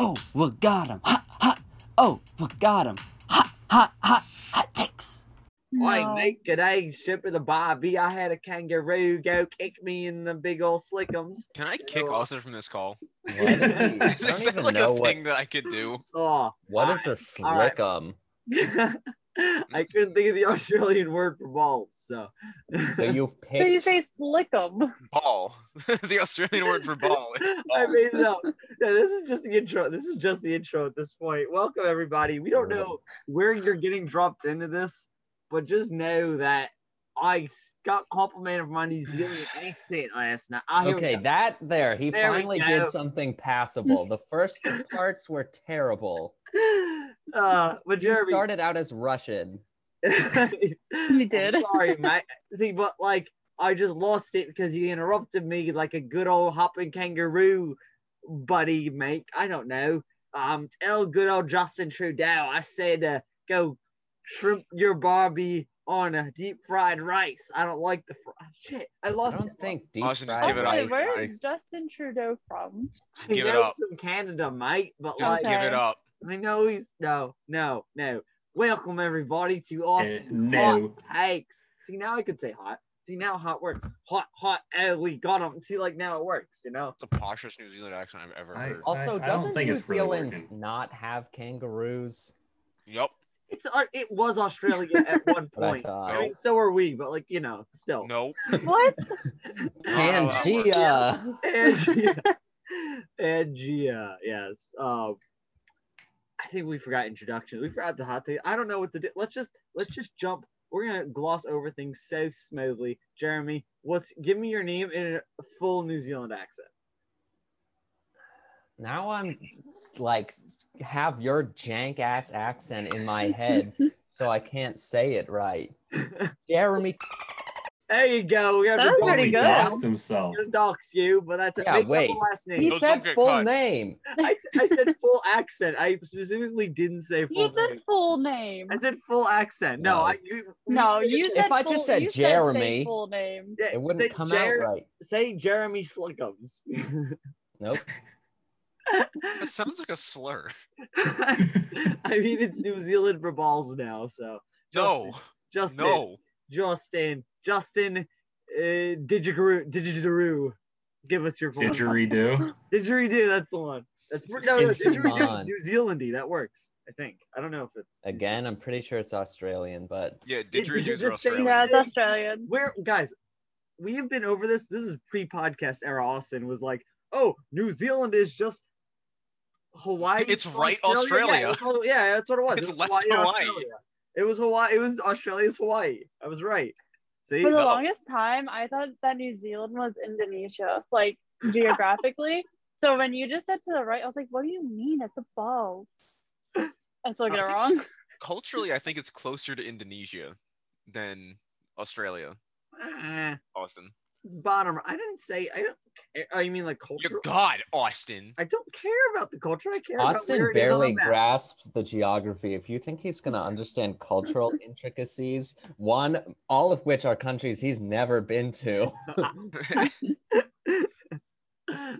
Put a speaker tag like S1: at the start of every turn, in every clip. S1: Oh, we got him. Hot, hot. Oh, we got him. Hot, hot, hot, hot takes.
S2: Like
S3: No.
S2: mate, today ship of the Bobby. I had a kangaroo go kick me in the big old slickums.
S4: Can I kick
S2: Ew.
S4: Austin from this call?
S5: What, I
S4: Is
S5: don't
S4: that
S5: even
S4: like
S5: know
S4: a
S5: what,
S4: thing that I could do?
S2: Oh,
S5: what is a um,
S2: All right.
S5: slickum.
S2: I couldn't think of the Australian word for balls. So
S5: So you
S3: So you
S5: picked
S3: say slick 'em.
S4: Ball. the Australian word for ball.
S2: I made it up. Yeah, this is just the intro. This is just the intro at this point. Welcome everybody. We don't know where you're getting dropped into this, but just know that I s- got complimented for my New Zealand accent last night. Ah, here we
S5: Okay,
S2: go.
S5: that there. He
S2: There we
S5: finally
S2: go.
S5: did something passable. The first two parts were terrible.
S2: Uh, but
S5: You
S2: Jeremy,
S5: started out as Russian.
S2: you
S3: did.
S2: sorry, mate. See, but like I just lost it because you interrupted me like a good old hopping kangaroo buddy, mate. I don't know. Um, tell good old Justin Trudeau. I said, uh, go shrimp your Barbie on a deep fried rice. I don't like the fr- ah, shit. I
S5: I
S2: lost.
S5: don't
S2: it.
S5: think deep
S4: Austin, just
S5: fried
S4: give it up.
S3: Also,
S5: rice-
S3: where
S4: Nice.
S3: is Justin Trudeau from?
S4: Just
S2: I
S4: give it
S2: know
S4: up.
S2: he's from Canada, mate. But
S4: Just
S2: like,
S4: give it
S3: Okay.
S4: up.
S2: I know he's no, no, no. Welcome everybody to Austin's
S6: no.
S2: hot takes. See now I could say hot. See now hot works. Hot, hot. Oh, we got him. See like now it works. You know.
S4: The poshest New Zealand accent I've ever
S6: I-
S4: heard.
S5: Also,
S6: I don't
S5: doesn't
S6: think
S5: New
S6: it's really
S5: Zealand
S6: working.
S5: not have kangaroos?
S4: Yup.
S2: It's our- it was Australia at one
S5: But uh, I
S2: point.
S5: thought.
S2: I mean, so are we, but like you know, still.
S4: Nope.
S3: What?
S2: Oh,
S5: Pangea.
S2: Angia. Angia. Yes. Um. I think we forgot introduction. We forgot the hot take. I don't know what to do. Let's just let's just jump. We're gonna gloss over things so smoothly. Jeremy, what's give me your name in a full New Zealand accent.
S5: Now I'm like have your jank ass accent in my head, so I can't say it right. Jeremy.
S2: There you go. We got
S3: That was pretty
S6: he
S3: good.
S6: doxed himself.
S2: Gonna dox you, but that's
S5: Yeah,
S2: make up
S5: wait.
S2: a last
S5: He
S2: name.
S4: Those don't
S5: said
S4: get
S5: full
S4: cut.
S5: name.
S2: I, I said full accent. I specifically didn't say
S3: You
S2: full
S3: said
S2: name.
S3: full name.
S2: I said full accent. No,
S5: No.
S2: I you,
S3: No,
S2: you
S3: you
S2: said-
S3: said
S5: I just
S3: full-
S5: said
S3: you say
S5: Jeremy-
S3: full name.
S2: yeah,
S5: It wouldn't
S2: say
S5: come
S2: Jer-
S5: out right.
S2: Say Jeremy Slickums.
S5: Nope.
S4: That sounds like a slur.
S2: I mean, it's New Zealand for balls now, so
S4: No.
S2: Justin,
S4: No.
S2: Justin, Justin, uh, Digigaroo, Digidaroo, give us your full name.
S6: Didgeridoo.
S2: Didgeridoo, that's the one. That's no, no,
S5: Come
S2: Didgeridoo
S5: on.
S2: is New Zealandy. That works, I think. I don't know if it's
S5: Again, I'm pretty sure it's Australian, but
S4: Yeah,
S2: you
S4: didgeridoos are
S2: just say
S4: Australian.
S3: Yeah, it's Australian.
S2: where guys we have been over this this is pre-podcast era austin was like oh new zealand is just hawaii
S4: It's
S2: to
S4: right
S2: Yeah,
S4: Australia.
S2: it was Hol- yeah that's what it was
S4: It's
S2: it was
S4: left
S2: hawaii, to
S4: Hawaii.
S2: Australia. it was hawaii it was australia's hawaii i was right see
S5: uh,
S3: For the
S4: No.
S3: longest time, I thought that New Zealand was Indonesia, like geographically. so when you just said to the right, I was like, "What do you mean? It's above." I still get it wrong.
S4: Culturally, I think it's closer to Indonesia than Australia,
S2: Eh,
S4: Austin.
S2: bottom i didn't say i don't care oh you mean like culture
S4: Your God, Austin.
S2: i don't care about the culture i care about
S5: Austin
S2: where it is on the
S5: barely
S2: map.
S5: grasps the geography. If you think he's going to understand cultural intricacies, one, all of which are countries he's never been to.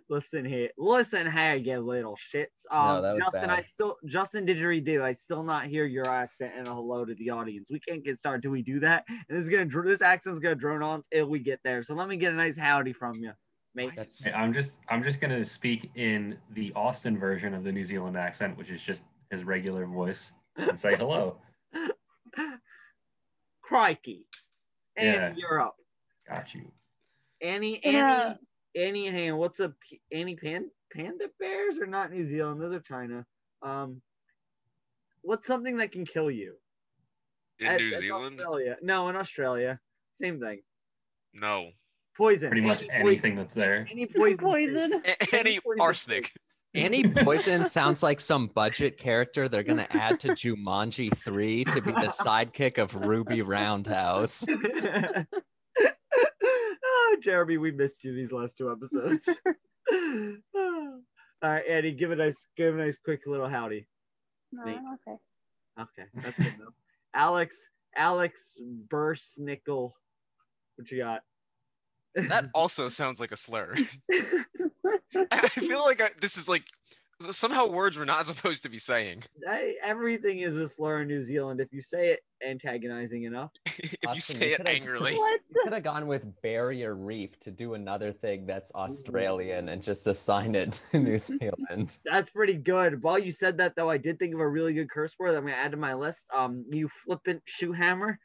S2: Listen here. Listen here, you little shits. Um,
S5: that was
S2: Justin,
S5: bad.
S2: I still Justin Didgeridoo. I still not hear your accent and a hello to the audience. We can't get started till we do that. And this is gonna dr- this accent's gonna drone on till we get there. So let me get a nice howdy from you, mate.
S5: That's
S6: Hey, I'm just I'm just gonna speak in the Austin version of the New Zealand accent, which is just his regular voice, and say hello.
S2: Crikey. And
S6: Yeah.
S2: you're up.
S6: Got you.
S2: Annie, Annie,
S3: Yeah.
S2: Annie Hand. What's up? P- Annie Pan? Panda bears are not New Zealand. Those are China. Um, what's something that can kill you?
S4: In
S2: That-
S4: New
S2: that's
S4: Zealand?
S2: Australia. No, in Australia. Same thing.
S4: No.
S2: Poison.
S6: Pretty much
S2: Any poison-
S6: anything that's there.
S2: Any poison.
S3: Poison.
S4: A- Any
S2: poison
S4: arsenic.
S5: Annie Poison sounds like some budget character they're going to add to Jumanji 3 to be the sidekick of Ruby Roundhouse.
S2: oh, Jeremy, we missed you these last two episodes. All right, Annie, give a nice, give a nice, quick little howdy.
S3: No,
S2: Wait.
S3: okay.
S2: Okay, that's good enough. Alex, Alex Bursnickel, what you got?
S4: That also sounds like a slur. I I feel like I, this is like S- Somehow words we're not supposed to be saying.
S2: I, everything is a slur in New Zealand if you say it antagonizing enough.
S4: if you
S5: Austin, you
S4: say it
S5: could've-
S4: angrily.
S3: What the?
S5: Could have gone with barrier reef to do another thing that's Australian and just assign it to New Zealand.
S2: That's pretty good. While you said that though, I did think of a really good curse word that I'm gonna add to my list. Um, you flippant shoe hammer.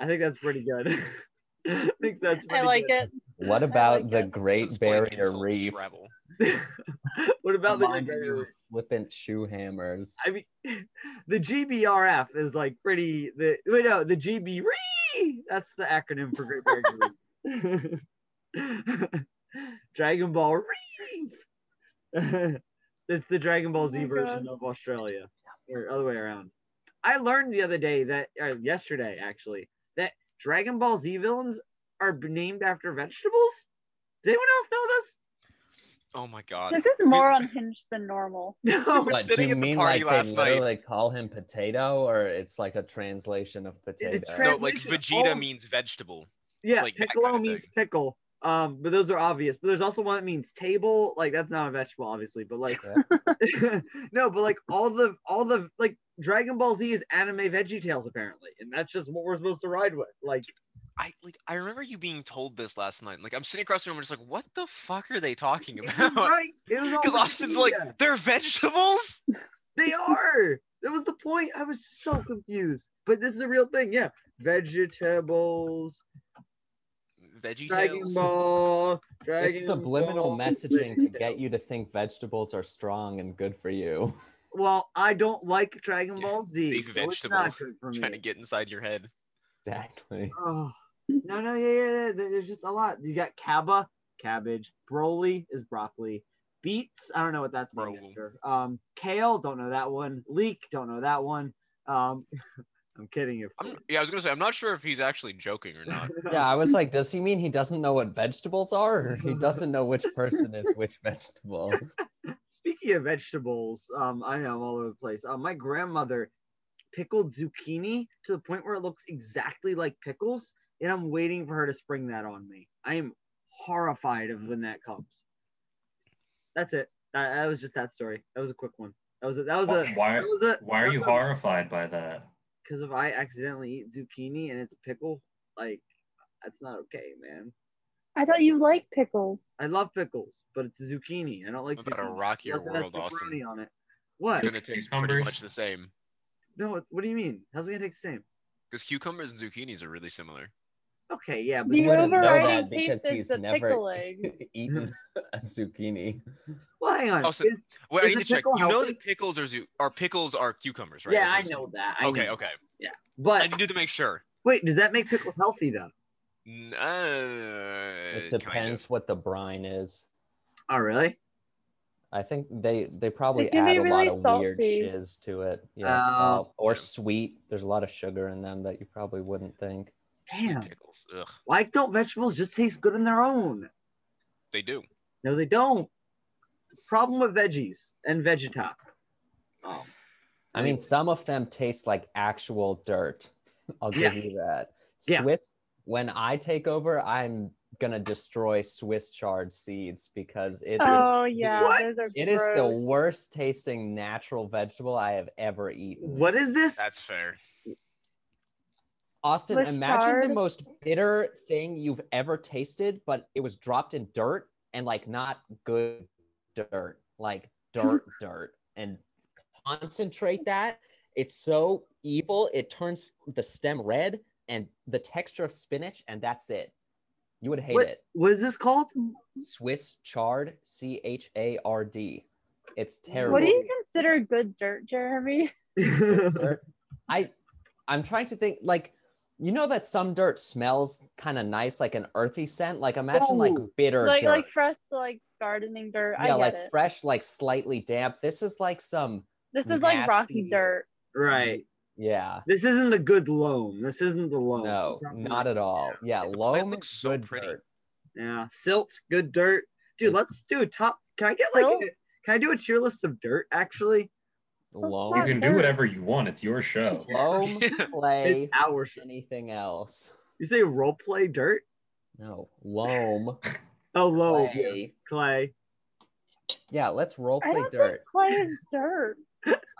S2: I think that's pretty good. I think that's pretty
S3: I like
S2: good.
S3: it.
S5: What
S3: I
S5: about
S3: like
S5: the
S3: it.
S5: Great
S4: Just plain
S5: Barrier
S4: insults,
S5: Reef?
S4: Scrabble.
S2: what about the
S5: reminding you of
S2: GBRF?
S5: flippant shoe hammers.
S2: I mean, the GBRF is like pretty. The wait, no, the GB. That's the acronym for Great Barrier Reef. Dragon Ball Reef. it's the Dragon Ball Z
S3: Oh my
S2: version of Australia, or other way around. I learned the other day that, or yesterday actually, that Dragon Ball Z villains are b- named after vegetables. Did anyone else know this?
S4: Oh my god.
S3: This is more unhinged than normal.
S2: No.
S4: We're
S5: But do
S4: sitting
S5: you
S4: at the
S5: mean
S4: party
S5: like
S4: last
S5: they
S4: night.
S5: literally call him potato, or it's like a translation of potato?
S4: No,
S2: trans-
S4: like
S2: Translation of all-
S4: Vegeta means vegetable.
S2: Yeah,
S4: like that
S2: piccolo
S4: kind of
S2: means
S4: thing.
S2: pickle. Um, but those are obvious. But there's also one that means table. Like that's not a vegetable, obviously. But like, no, but like all the all the like Dragon Ball Z is anime Veggie Tales apparently, and that's just what we're supposed to ride with. Like,
S4: I like I remember you being told this last night. Like I'm sitting across the room, I'm just like, what the fuck are they talking
S2: it was
S4: about?
S2: right. It was on
S4: Because Austin's like,
S2: Wikipedia.
S4: they're vegetables.
S2: they are. That was the point. I was so confused. But this is a real thing. Yeah, vegetables,
S4: Veggie
S2: Dragon
S4: Tales.
S2: Ball, Dragon
S5: it's subliminal
S2: Ball,
S5: messaging to
S2: Veggie
S5: get you to think vegetables are strong and good for you.
S2: Well, I don't like Dragon
S4: Yeah,
S2: Ball Z,
S4: big
S2: so it's
S4: vegetable.
S2: not good for me.
S4: Trying to get inside your head.
S5: Exactly.
S2: Oh, no, no, yeah, yeah, yeah. There's just a lot. You got caba, cabbage. Broly is broccoli. Beets, I don't know what that's named
S4: Broly.
S2: after. Um, kale, don't know that one. Leek, don't know that one. Um, I'm kidding you. of
S4: I'm,
S2: course.
S4: yeah, I was gonna say I'm not sure if he's actually joking or not.
S5: Yeah, I was like, does he mean he doesn't know what vegetables are, or he doesn't know which person is which vegetable?
S2: Speaking of vegetables, um, I am all over the place. Um, my grandmother pickled zucchini to the point where it looks exactly like pickles, and I'm waiting for her to spring that on me. I am horrified of when that comes. That's it. That, that was just that story. That was a quick one. That was a, that was a
S6: Why, why,
S2: that was a
S6: why are you horrified by that?
S2: Because if I accidentally eat zucchini and it's a pickle, like that's not okay, man.
S3: I thought you liked pickles.
S2: I love pickles, but it's zucchini. I don't like
S4: What about a
S2: zucchini.
S4: rockier
S2: Unless it has
S4: world, Austin?
S2: pepperoni on it.
S4: It's
S2: What?
S4: gonna taste pretty
S6: Cucumbers.
S4: much the same.
S2: No, what- what do you mean? How's it gonna take the same?
S4: Because cucumbers and zucchinis are really similar.
S2: Okay, yeah, but
S3: The
S5: wouldn't know
S3: overriding
S5: that because
S3: taste is
S5: he's
S3: the
S5: never-
S3: pickling.
S5: Eating a zucchini.
S2: well, hang on.
S4: Also,
S2: Is-
S4: Wait, I
S2: Is
S4: need
S2: a
S4: to check.
S2: pickle
S4: You know
S2: healthy?
S4: that pickles are zu- are pickles are cucumbers, right?
S2: yeah, I
S4: That's what
S2: know
S4: you're
S2: that. I
S4: saying. Okay,
S2: know.
S4: okay. I
S2: But
S4: needed to make sure.
S2: wait, does that make pickles healthy though?
S4: N-
S5: It
S4: Uh, kind
S5: depends
S4: of.
S5: what the brine is.
S2: Oh, really?
S5: I think they they probably
S3: can
S5: add
S3: be
S5: a lot
S3: really
S5: of weird
S3: salty.
S5: shiz to it. Yeah,
S2: Oh.
S5: salt or
S4: Yeah.
S5: sweet. There's a lot of sugar in them that you probably wouldn't think.
S2: Damn.
S4: Pickles. Ugh,
S2: Why don't vegetables just taste good on their own?
S4: they do.
S2: No, they don't. The problem with veggies and Vegetop. Oh,
S5: I mean, some of them taste like actual dirt. I'll give
S2: Yes.
S5: you that.
S2: Yeah.
S5: Swiss. When I take over, I'm gonna destroy Swiss chard seeds because it is-
S3: Oh yeah,
S2: What?
S3: those are
S5: it is the
S3: gross. worst.
S5: worst tasting natural vegetable I have ever eaten.
S2: what is this?
S4: That's fair.
S5: Austin,
S3: Swiss
S5: imagine
S3: chard.
S5: the most bitter thing you've ever tasted, but it was dropped in dirt and like not good dirt, like dirt, dirt, and concentrate that. It's so evil, it turns the stem red and the texture of spinach, and that's it. You would hate
S2: What-
S5: it.
S2: What is this called?
S5: Swiss chard, C H A R D. It's terrible.
S3: What do you consider good dirt, Jeremy?
S5: dirt. I I'm trying to think like you know that some dirt smells kind of nice, like an earthy scent. Like imagine like
S2: Ooh.
S5: bitter
S3: Like
S5: dirt.
S3: like fresh like gardening dirt. I
S5: yeah,
S3: get
S5: like
S3: it.
S5: fresh, like slightly damp. This is like some
S3: This is like rocky
S5: nasty-
S3: dirt.
S2: right.
S5: yeah.
S2: This isn't the good loam. This isn't the loam.
S5: No, not at all. Yeah,
S4: The plant
S5: loam
S4: looks
S5: is
S4: so
S5: good
S4: pretty.
S5: dirt.
S2: Yeah. Silt, good dirt. Dude, let's do a top. Can I get like a,
S3: Silt?
S2: can I do a tier list of dirt actually?
S5: Loam,
S6: You
S3: Not
S6: can do
S3: dirt.
S6: whatever you want. It's your show.
S5: loam, clay,
S2: It's our show.
S5: anything else.
S2: You say role play dirt?
S5: No, loam,
S2: Oh, loam.
S5: clay,
S2: Clay.
S5: Yeah, let's role
S3: I
S5: play
S3: don't
S5: dirt.
S3: think clay is dirt.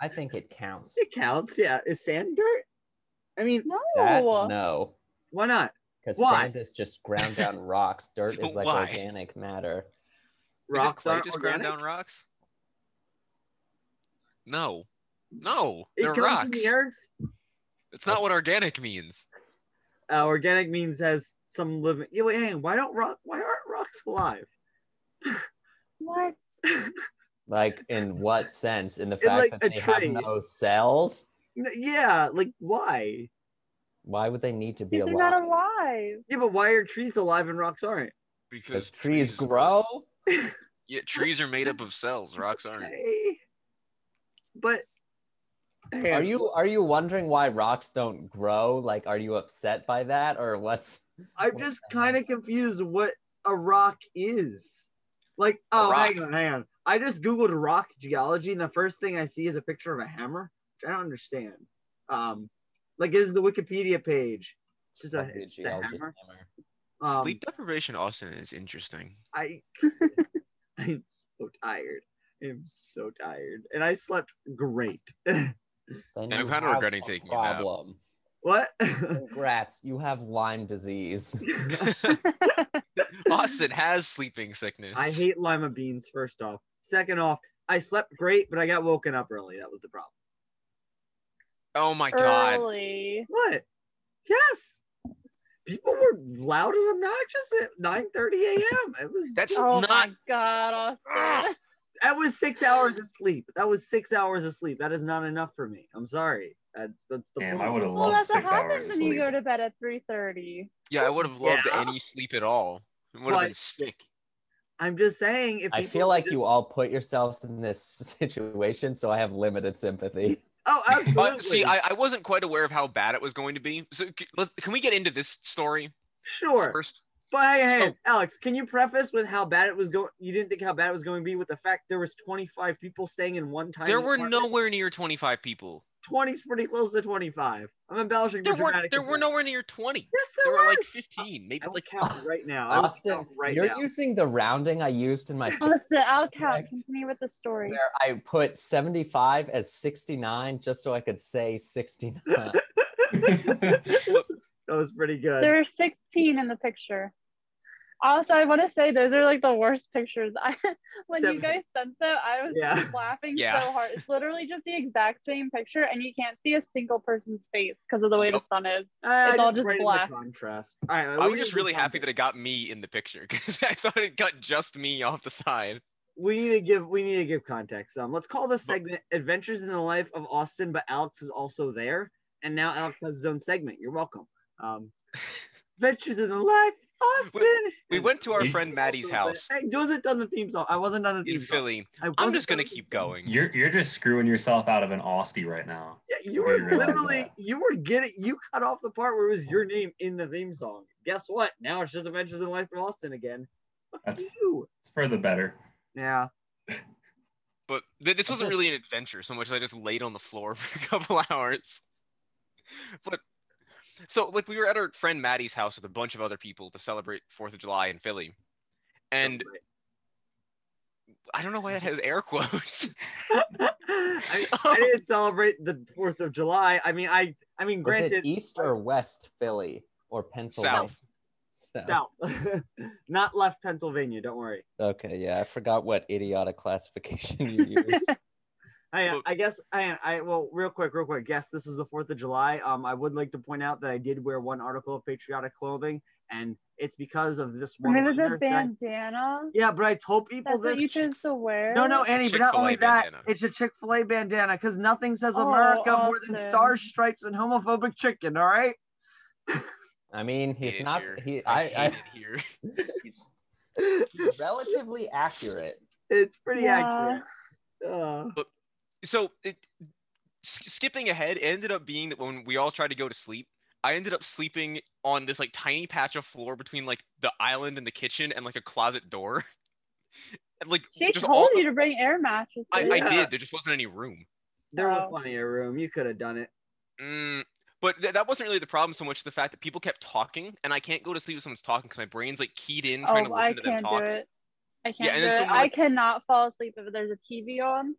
S5: I think it counts.
S2: It counts. Yeah. Is sand dirt? I mean,
S3: No.
S5: That, no,
S2: why not?
S5: because
S2: Why?
S5: sand is just ground down rocks. Dirt is like
S4: Why?
S5: organic matter.
S4: Rock
S2: Rocks
S4: clay
S2: aren't
S4: just ground
S2: organic.
S4: down rocks? No. No.
S2: It
S4: They're
S2: comes
S4: rocks.
S2: from the earth.
S4: It's not what organic means.
S2: Uh, organic means has some living. Yeah, wait, hang on. Why don't rock? Why aren't rocks alive?
S3: What?
S5: Like in what sense? In the
S2: In,
S5: fact
S2: like,
S5: that
S2: a
S5: they
S2: tree.
S5: have no cells?
S2: N- Yeah, like why?
S5: Why would they need to be
S3: These are
S5: alive?
S3: not alive.
S2: Yeah, but why are trees alive and rocks aren't?
S4: Because
S5: Because trees grow.
S4: Yeah, trees are made up of cells. Rocks aren't.
S2: Okay. But hang
S5: Are
S2: on.
S5: you are you wondering why rocks don't grow? Like, are you upset by that, or what's?
S2: I'm
S5: What
S2: just
S5: the
S2: kind of confused what a rock is. Like,
S4: A
S2: oh, hang
S4: rock.
S2: on, hang on. I just googled rock geology, and the first thing I see is a picture of a hammer, which I don't understand. Um, like, this is the Wikipedia page? It's just a,
S5: Probably a
S2: it's just a
S5: geologist
S2: hammer.
S5: hammer.
S2: Um,
S4: Sleep deprivation, Austin, is interesting.
S2: I, I'm so tired. I'm so tired, and I slept great.
S5: Then
S4: I'm
S5: you
S4: kinda
S5: have
S4: regretting
S5: a
S4: taking a nap.
S5: problem.
S2: what?
S5: Congrats, you have Lyme disease.
S4: Austin has sleeping sickness.
S2: I hate lima beans, first off. Second off, I slept great, but I got woken up early. That was the problem.
S4: Oh my god.
S3: Early.
S2: What? Yes. People were loud and obnoxious at 9:30 a.m. It was
S4: That's
S3: Oh
S4: not Ah!
S3: my god, Austin.
S2: that was six hours of sleep. That was six hours of sleep. That is not enough for me. I'm sorry. That, that's the
S6: Damn,
S2: point.
S6: I would have
S3: Well,
S6: loved
S3: that's what
S6: six hours
S3: happens
S6: of
S3: when you
S6: sleep.
S3: go to bed at 3.30.
S4: Yeah, I would have loved
S2: Yeah.
S4: any sleep at all. It would have
S2: Like-
S4: been sick.
S2: I'm just saying. If
S5: I
S2: people
S5: feel like
S2: just-
S5: you all put yourselves in this situation, so I have limited sympathy.
S2: Oh,
S4: Uh,
S2: absolutely.
S4: see, I, I wasn't quite aware of how bad it was going to be. So c- let's, can we get into this story
S2: sure.
S4: first?
S2: But hey, hey,
S4: So-
S2: Alex, can you preface with how bad it was going? You didn't think how bad it was going to be with the fact there was 25 people staying in one time.
S4: There were nowhere near 25 people.
S2: 20's pretty close to 25. I'm embellishing.
S4: There
S2: for
S4: were
S2: dramatic
S4: there were
S2: effect.
S4: nowhere near 20.
S2: Yes,
S4: There
S2: there,
S4: were
S2: were.
S4: like 15, maybe
S2: I will
S4: like
S2: count right now. I will
S5: Austin,
S2: count right
S5: you're
S2: now.
S5: using the rounding I used in my
S3: Austin, I'll count.
S5: Correct.
S3: Continue with the story.
S5: where I put 75 as 69 just so I could say 69.
S2: That was pretty good.
S3: There are 16 in the picture. Also, I want to say those are like the worst pictures. I, when
S2: Seven.
S3: you guys sent them, I was
S2: Yeah.
S3: laughing
S4: Yeah.
S3: so hard. It's literally just the exact same picture, and you can't see a single person's face because of the way the sun is.
S2: I,
S3: it's all just
S2: rated the
S3: black.
S2: contrast. All right.
S4: I
S2: we
S4: was just
S2: need to
S4: really
S2: give
S4: happy that it
S2: context.
S4: got me in the picture because I thought it got just me off the side.
S2: We need to give. We need to give context. Um, let's call this segment "Adventures in the Life of Austin," but Alex is also there, and now Alex has his own segment. You're welcome. Um, Adventures in the Life, of Austin.
S4: We went to our
S6: It's
S4: friend Maddie's house
S2: I wasn't done the theme song. I wasn't done the theme
S4: in
S2: song.
S4: Philly.
S2: I
S4: I'm
S2: wasn't
S4: just gonna
S2: done the
S4: keep
S2: theme song.
S4: going.
S6: you're you're just screwing yourself out of an Austie right now.
S2: Yeah, you
S6: I
S2: were
S6: didn't realize
S2: literally
S6: that.
S2: you were getting you cut off the part where it was your name in the theme song. Guess what? Now it's just Adventures in Life of Austin again. Fuck
S6: That's-
S2: you.
S6: It's for the better.
S2: Yeah.
S4: But th- this
S5: I
S4: wasn't really an adventure so much as I just laid on the floor for a couple hours. But so like we were at our friend Maddie's house with a bunch of other people to celebrate Fourth of July in Philly. And I don't know why that has air quotes.
S2: I, I didn't celebrate the Fourth of July. I mean, I I mean,
S5: Was it
S2: granted,
S5: East or West Philly or Pennsylvania? South.
S2: South, not left Pennsylvania. Don't worry.
S5: Okay, yeah, I forgot what idiotic classification you used.
S2: I,
S4: Look.
S2: I guess I, I well real quick real quick yes this is the Fourth of July um I would like to point out that I did wear one article of patriotic clothing and it's because of this one
S3: Remember
S2: liner
S3: the
S2: that I-
S3: bandana?
S2: yeah but I told people
S3: That's what
S2: this
S3: you chose to wear?
S2: no no Annie but not
S4: Chick-fil-A
S2: only that
S4: bandana.
S2: it's a Chick Fil A bandana because nothing says
S3: Oh,
S2: America more than
S3: Austin.
S2: stars stripes and homophobic chicken all right
S5: I mean, he's
S4: Hate it
S5: not.
S4: here.
S5: He,
S4: I,
S5: I,
S4: hate
S5: I,
S4: it here.
S5: he's relatively accurate.
S2: it's pretty
S3: Yeah.
S2: accurate uh,
S4: so it, sk- skipping ahead it ended up being that when we all tried to go to sleep i ended up sleeping on this like tiny patch of floor between like the island and the kitchen and like a closet door and, like
S3: She
S4: just all
S3: told
S4: the-
S3: you to bring air mattresses.
S4: I, I
S2: Yeah.
S4: did there just wasn't any room
S2: there was
S3: Oh.
S2: plenty of room you could have done it
S4: mm, but th- that wasn't really the problem so much the fact that people kept talking and i can't go to sleep if someone's talking because my brain's like keyed in trying to
S3: oh,
S4: listen
S3: I
S4: to them
S3: can't do
S4: talk
S3: it. I can't
S4: Yeah,
S3: do
S4: and then
S3: it.
S4: someone,
S3: I
S4: like-
S3: cannot fall asleep if there's a TV on.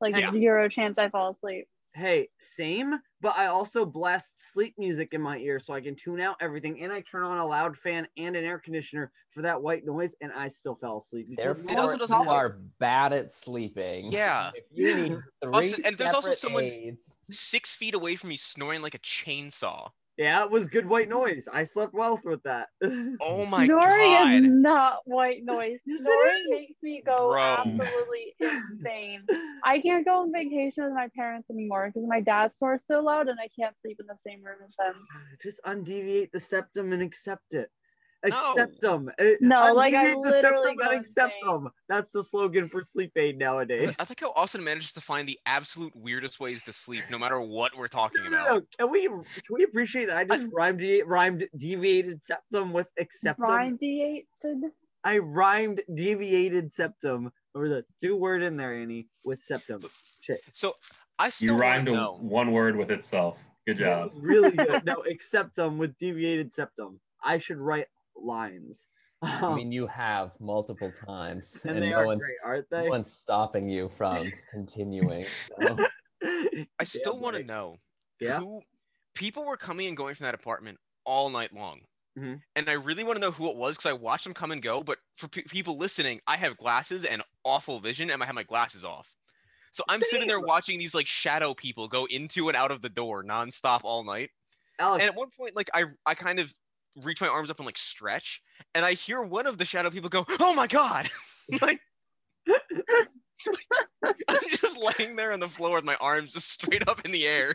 S3: Like
S4: Yeah.
S3: zero chance I fall asleep.
S2: Hey, same, but I also blast sleep music in my ear so I can tune out everything and I turn on a loud fan and an air conditioner for that white noise and I still fell asleep. because no
S4: also
S5: Therefore,
S2: one's
S4: doesn't
S5: you
S2: talking.
S5: are bad at sleeping.
S4: Yeah.
S5: If you need three
S4: Also- and there's also
S5: separate
S4: someone-
S5: aids-
S4: Six feet away from you, snoring like a chainsaw.
S2: Yeah, it was good white noise. I slept well through that.
S4: Oh my
S3: Snoring
S4: god.
S3: is not white noise.
S2: Yes, it
S3: Snoring
S2: is.
S3: makes me go
S4: Bro.
S3: absolutely insane. I can't go on vacation with my parents anymore because my dad snores so loud and I can't sleep in the same room as him.
S2: Just undeviate the septum and accept it.
S4: No.
S2: Accept them.
S3: No, like, I
S2: the
S3: literally
S2: septum
S3: go
S2: and accept
S3: insane.
S2: them. That's the slogan for sleep aid nowadays.
S4: I like how Austin manages to find the absolute weirdest ways to sleep, no matter what we're talking
S2: No, no,
S4: about.
S2: no. Can we can we appreciate that I just rhymed de- rhymed deviated septum with acceptum?
S3: Brian D8 said
S2: I rhymed deviated septum or the two word in there, Annie, with septum. Shit,
S4: So I still
S6: You
S4: wanna
S6: rhymed a,
S4: know.
S6: one word with itself. Good
S2: that
S6: job.
S2: was really good. No, acceptum with deviated septum. I should write lines.
S5: I
S2: Um,
S5: mean, you have multiple times,
S2: and,
S5: and,
S2: they
S5: no
S2: are
S5: one's
S2: great, aren't
S5: no
S2: they?
S5: one's stopping you from continuing. so.
S4: I still want to know
S2: Yeah.
S4: who people were coming and going from that apartment all night long.
S2: Mhm.
S4: And I really want to know who it was because I watched them come and go. But for pe- people listening, I have glasses and awful vision, and I have my glasses off. So I'm sitting there
S2: Same.
S4: watching these like shadow people go into and out of the door nonstop all night.
S2: Alex.
S4: And at one point, like I I kind of reach my arms up and like stretch, and I hear one of the shadow people go, "Oh my god!" like. I'm just laying there on the floor with my arms just straight up in the air.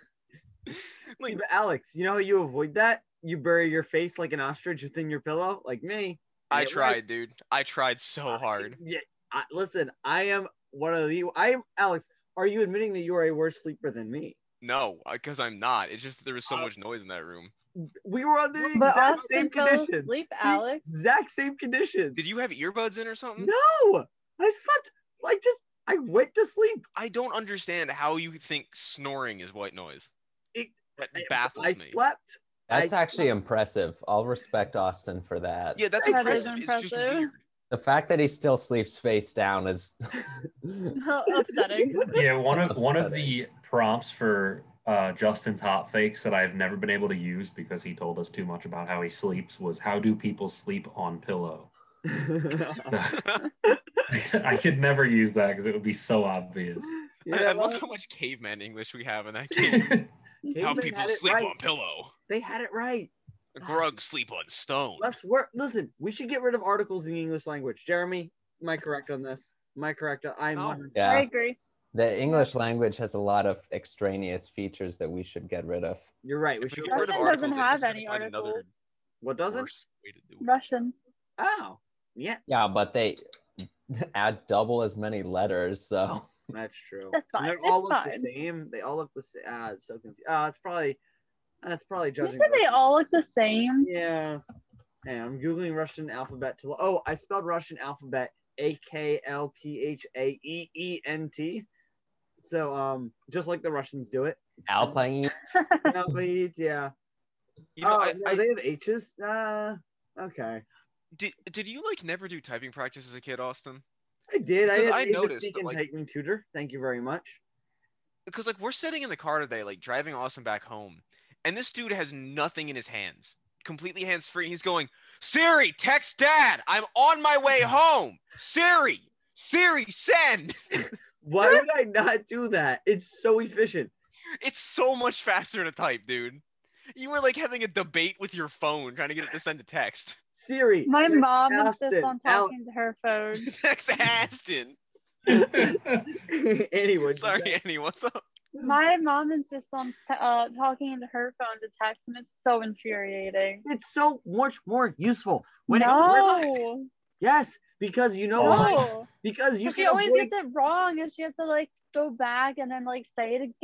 S2: See, but Alex, you know how you avoid that? You bury your face like an ostrich within your pillow, like me. and
S4: I
S2: it
S4: tried,
S2: works.
S4: dude. I tried so hard.
S2: Yeah, I, listen, I am one of the. I am Alex. Are you admitting that you are a worse sleeper than me?
S4: No, because I'm not. It's just there was so
S2: Uh,
S4: much noise in that room.
S2: We were on the
S3: But
S2: exact
S3: Austin
S2: same
S3: fell
S2: conditions.
S3: asleep,
S2: The
S3: Alex.
S2: Exact same conditions.
S4: Did you have earbuds in or something?
S2: No, I slept like just. I went to sleep.
S4: I don't understand how you think snoring is white noise.
S2: It-
S4: that
S2: I-
S4: baffles
S2: I
S4: me.
S2: slept.
S5: That's
S2: I-
S5: actually impressive. I'll respect Austin for that.
S4: Yeah, that's
S3: That is
S4: impressive. It's just
S3: impressive.
S4: weird.
S5: The fact that he still sleeps face down is
S3: upsetting.
S6: yeah, one of one of the prompts for uh, Justin's hot fakes that I've never been able to use because he told us too much about how he sleeps was how do people sleep on pillow? So, I could never use that because it would be so obvious.
S4: I- I,
S2: yeah,
S4: love how much caveman English we have in that game.
S6: That's
S4: how
S2: Cavemen
S4: people
S2: had it
S4: sleep
S2: right. Ah.
S4: on pillow.
S2: They had it right.
S4: Grug sleep on stone.
S2: Let's work. Listen, we should get rid of articles in the English language. Jeremy, am I correct on this? Am I correct? on- I'm
S4: No.
S2: 100
S3: I
S5: yeah.
S3: agree.
S5: The English language has a lot of extraneous features that we should get rid of.
S2: You're right. We
S4: If
S2: should
S4: we
S2: get
S4: get
S2: rid of
S4: of
S3: Russian doesn't
S4: articles, I
S3: have
S4: just gotta
S3: any
S4: find another
S3: articles.
S2: what doesn't.
S4: Worst way to do it.
S3: Russian.
S2: Oh, yeah,
S5: Yeah, but they add double as many letters, so
S2: that's true.
S3: That's fine.
S2: And they all
S3: It's
S2: look the
S3: fine.
S2: same. They all look the same. Ah, it's so confusing. Ah, it's probably. That's probably
S3: You
S2: judging.
S3: said they
S2: Russian.
S3: all look the same.
S2: Yeah. Hey, I'm googling Russian alphabet to. Oh, I spelled Russian alphabet A K L P H A E E N T. So um, just like the Russians do it.
S5: Alpine.
S2: Alphabet, yeah.
S4: You know,
S2: oh,
S4: I,
S2: no,
S4: I,
S2: they have H's. Uh, okay.
S4: did, did you like never do typing practice as a kid, Austin?
S2: I did. I
S4: Because
S2: did
S4: I
S2: I
S4: noticed
S2: speak
S4: that,
S2: and
S4: like-
S2: typing tutor. Thank you very much.
S4: because like we're sitting in the car today, like driving Austin back home, and this dude has nothing in his hands, completely hands free. He's going, Siri, text dad. I'm on my way
S2: Mm-hmm.
S4: home. Siri, Siri, send.
S2: Why would I not do that? It's so efficient.
S4: It's so much faster to type, dude. You were like having a debate with your phone, trying to get it to send a text.
S2: Siri.
S3: My
S2: text
S3: mom
S2: Austin,
S3: insists on
S2: Alex-
S3: talking to her phone.
S4: text Aston.
S2: anyway,
S4: Sorry, Annie, what's up?
S3: My mom insists on t- uh, talking to her phone to text, and it's so infuriating.
S2: it's so much more useful. When it-
S3: no,
S2: yes, because you know
S6: Oh
S2: why?
S6: my-
S3: no.
S2: Because you
S3: But she
S2: can
S3: always
S2: avoid-
S3: gets it wrong, and she has to like go back and then like say it again,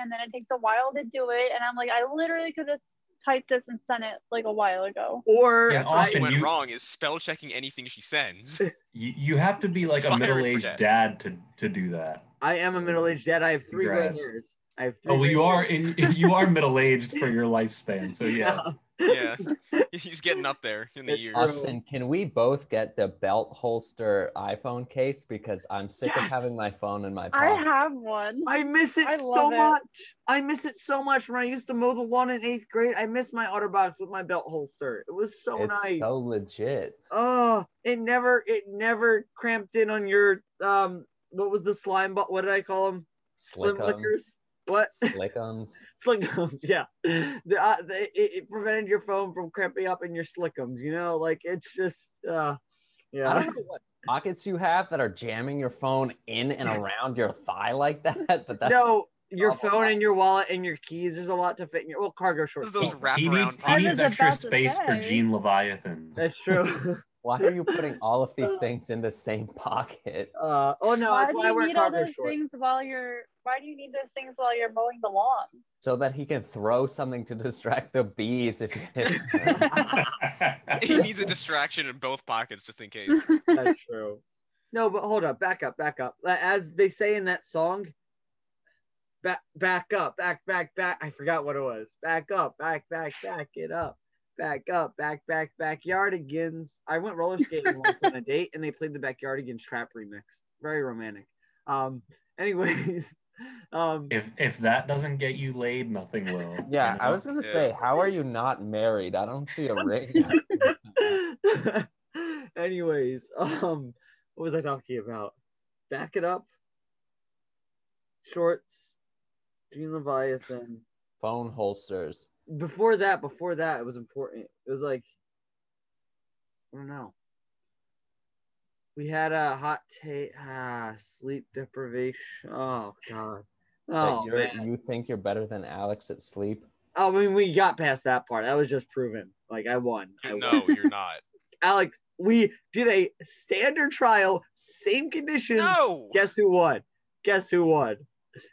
S3: and then it takes a while to do it. And I'm like, I literally could have typed this and sent it like a while ago.
S2: or
S6: Yeah,
S4: That's
S2: I-
S4: what
S6: Austin,
S4: went
S6: you-
S4: wrong is spell checking anything she sends.
S6: you, you have to be like a
S4: Fiery
S6: middle aged
S4: forget.
S6: dad to, to do that.
S2: I am a middle-aged dad. I have three
S6: Congrats.
S2: brothers. I have three
S6: Oh well, you
S2: gray
S6: are
S2: hairs.
S6: in you are middle aged for your lifespan, so yeah.
S4: Yeah, he's getting up there in the
S2: It's
S4: years.
S5: Austin, can we both get the belt holster iPhone case because I'm sick of having
S2: Yes.
S5: my phone in my
S3: I
S5: pocket.
S3: have one.
S2: I miss it
S3: I
S2: so
S3: love it.
S2: much. I miss it so much. When I used to mow the lawn in eighth grade, I miss my Autobox with my belt holster. It was so
S5: it's
S2: nice.
S5: so legit.
S2: oh, it never, it never cramped in on your um. What was the slime? But what did I call them? Slim
S5: Slickums.
S2: lickers. What?
S5: Slickums.
S2: Slickums, yeah. The, uh, the, it, it prevented your phone from cramping up in your slickums, you know? Like, it's just, uh,
S5: I
S2: yeah.
S5: don't know what pockets you have that are jamming your phone in and around your thigh like that, but that's
S2: No, your
S5: problem.
S2: phone and your wallet and your keys, there's a lot to fit in your, well, cargo shorts.
S4: Those
S2: too.
S6: he
S4: wraparound
S6: needs, he
S4: pockets.
S6: needs
S3: I was
S6: extra
S3: about to
S6: space for
S3: say.
S6: Gene Leviathan.
S2: That's true.
S5: why are you putting all of these things in the same pocket?
S2: uh, oh, no,
S3: why
S2: that's
S3: do
S2: why I
S3: you
S2: wear
S3: need all
S2: cargo
S3: those
S2: shorts.
S3: things while you're? Why do you need those things while you're mowing the lawn?
S5: So that he can throw something to distract the bees if he hits them.
S4: he needs a distraction in both pockets just in case.
S2: That's true. No, but hold up, back up, back up. Uh, As they say in that song, back, back up, back, back, back. I forgot what it was. Back up, back, back, back it up, back up, back, back, backyardigans. I went roller skating once on a date, and they played the backyardigans trap remix. Very romantic. Um. Anyways, um.
S6: if if that doesn't get you laid, nothing will.
S5: Yeah,
S6: you
S5: I
S6: know?
S5: was gonna
S4: Yeah.
S5: say, how are you not married? I don't see a ring.
S2: anyways, um, what was I talking about? Back it up. Shorts, Gene Leviathan.
S5: phone holsters.
S2: Before that, before that, it was important. It was like, I don't know. We had a hot take. Ah, sleep deprivation. Oh God.
S5: that
S2: Oh
S5: you're,
S2: man.
S5: you think you're better than Alex at sleep?
S2: I mean, we got past that part. That was just proven. Like I won. I won.
S4: No, you're not.
S2: Alex, we did a standard trial, same conditions.
S4: No.
S2: Guess who won? Guess who won?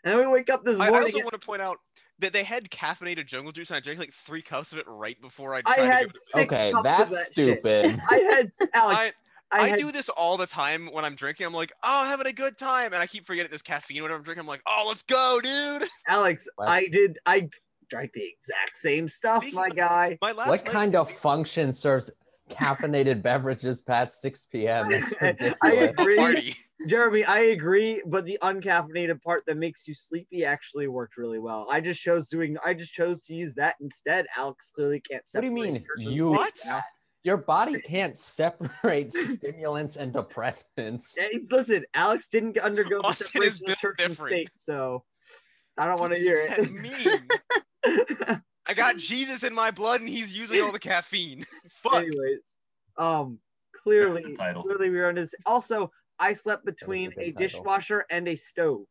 S2: And we wake up this
S4: I, I
S2: morning.
S4: also want to point out that they had caffeinated jungle juice, and I drank like three cups of it right before I
S2: I
S4: tried to
S2: had
S4: give it.
S2: six
S5: okay,
S2: cups
S5: that's
S2: of that shit.
S5: stupid.
S2: I had Alex.
S4: I,
S2: I,
S4: I,
S2: had
S4: do this all the time when I'm drinking. I'm like, oh, having a good time, and I keep forgetting this caffeine. Whenever I'm drinking, I'm like, oh, let's go, dude.
S2: Alex,
S5: What?
S2: I did. I drank the exact same stuff,
S4: Speaking
S2: my
S4: of-
S2: guy.
S4: My last
S5: what
S4: night-
S5: kind of function serves caffeinated beverages past 6 p.m.? That's
S2: I-
S5: ridiculous.
S2: I agree,
S4: party?
S2: Jeremy. I agree, but the uncaffeinated part that makes you sleepy actually worked really well. I just chose doing. I just chose to use that instead. Alex clearly can't.
S5: What do you
S2: separate
S5: mean,
S2: church and
S5: you-
S2: state
S4: What?
S2: now.
S5: Your body can't separate stimulants and depressants.
S2: Hey, listen, Alex didn't undergo the
S4: Austin is
S2: separation of
S4: built
S2: church and
S4: different.
S2: state, so I don't want to
S4: What
S2: hear
S4: does that
S2: it.
S4: mean? I got Jesus in my blood, and he's using all the caffeine. Fuck.
S2: Anyways, um, clearly,
S6: Title.
S2: clearly we were on this. Also, I slept between
S5: good
S2: a
S5: title.
S2: dishwasher and a stove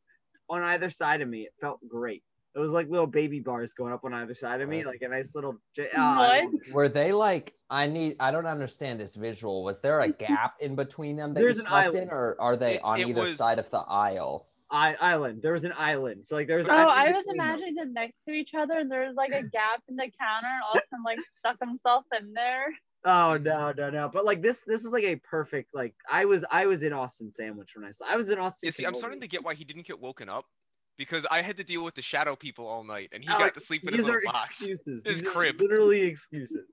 S2: on either side of me. It felt great. It was like little baby bars going up on either side of me,
S5: Right.
S2: like a nice little. J- ah, I
S3: What?
S2: love it.
S5: Were they like, I need, I don't understand this visual. Was there a gap in between them that
S2: There's
S5: you
S2: an
S5: slept
S2: island.
S5: in, or are they
S4: It-
S5: on
S4: it
S5: either
S4: was-
S5: side of the aisle?
S2: I- island. There was an island. So like there was.
S3: Oh,
S2: an island
S3: I was
S2: between them.
S3: imagining them next to each other, and there was like a gap in the counter, and Austin like stuck himself in there.
S2: Oh no, no, no. But like this this is like a perfect like I was I was in Austin sandwich when I saw I was in Austin.
S4: Yeah, see, I'm starting to get why he didn't get woken up, because I had to deal with the shadow people all night, and he got
S2: Alex,
S4: to sleep in his
S2: These are
S4: little box.
S2: excuses.
S4: His
S2: These are
S4: crib.
S2: literally excuses.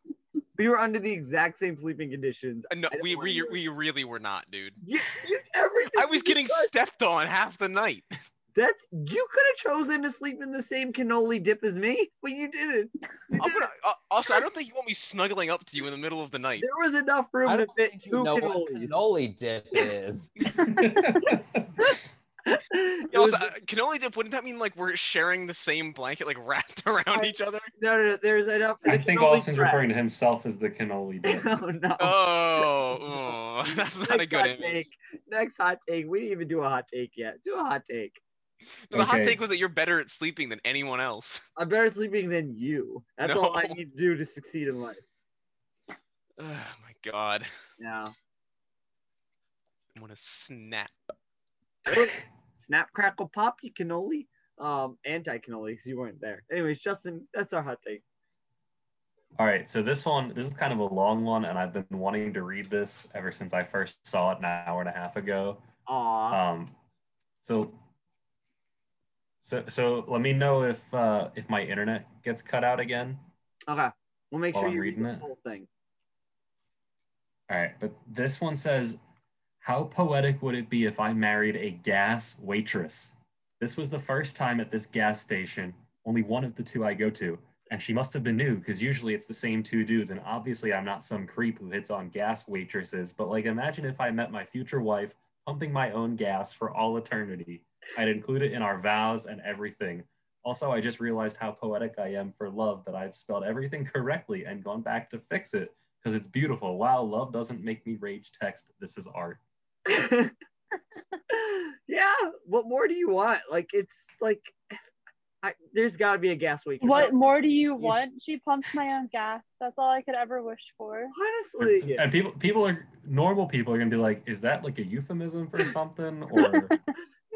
S2: we were under the exact same sleeping conditions.
S4: Uh, No,
S2: I don't
S4: we
S2: wanna
S4: we,
S2: hear it.
S4: we really were not, dude.
S2: You, you, everything
S4: I was
S2: you
S4: getting
S2: said-
S4: stepped on half the night.
S2: that's you could have chosen to sleep in the same cannoli dip as me, but you didn't. You
S4: I'll put
S2: didn't.
S4: a- uh, also, I don't think you want me snuggling up to you in the middle of the night.
S2: There was enough room
S5: I
S2: to
S5: don't
S2: fit
S5: think
S2: two
S5: you know what
S2: cannolis.
S5: cannoli dip is.
S2: It
S4: Yeah,
S2: was-
S4: also, uh, cannoli dip, wouldn't that mean like we're sharing the same blanket, like wrapped around
S2: I-
S4: each other?
S2: no, no, no, there's enough.
S6: I think Austin's referring to himself as the cannoli dip.
S2: Oh no.
S4: Oh, oh, that's not a good
S2: hot
S4: image.
S2: take. Next hot take. We didn't even do a hot take yet. Do a hot take.
S4: No, The hot
S6: Okay.
S4: take was that you're better at sleeping than anyone else.
S2: I'm better at sleeping than you. That's all I
S4: No.
S2: need to do to succeed in life.
S4: Oh my god,
S2: Now,
S4: I want to snap.
S2: snap, crackle, pop, you cannoli. Um, anti cannoli because you weren't there. Anyways, Justin, that's our hot take.
S6: All right, so this one, this is kind of a long one, and I've been wanting to read this ever since I first saw it an hour and a half ago.
S2: Aw.
S6: Um, so, so, so let me know if uh, if my internet gets cut out again.
S2: okay. We'll make
S6: While
S2: sure
S6: I'm
S2: you read
S6: reading
S2: the
S6: it.
S2: whole thing.
S6: All right, but this one says, How poetic would it be if I married a gas waitress? This was the first time at this gas station, only one of the two I go to. And she must have been new because usually it's the same two dudes. And obviously, I'm not some creep who hits on gas waitresses. But like, imagine if I met my future wife pumping my own gas for all eternity. I'd include it in our vows and everything. Also, I just realized how poetic I am for love that I've spelled everything correctly and gone back to fix it because it's beautiful. Wow, love doesn't make me rage text. This is art.
S2: yeah. What more do you want? Like it's like I, there's got to be a gas week.
S3: What more do you want? She pumps my own gas. That's all I could ever wish for.
S2: Honestly,
S6: And people people are normal people are gonna be like, is that like a euphemism for something? Or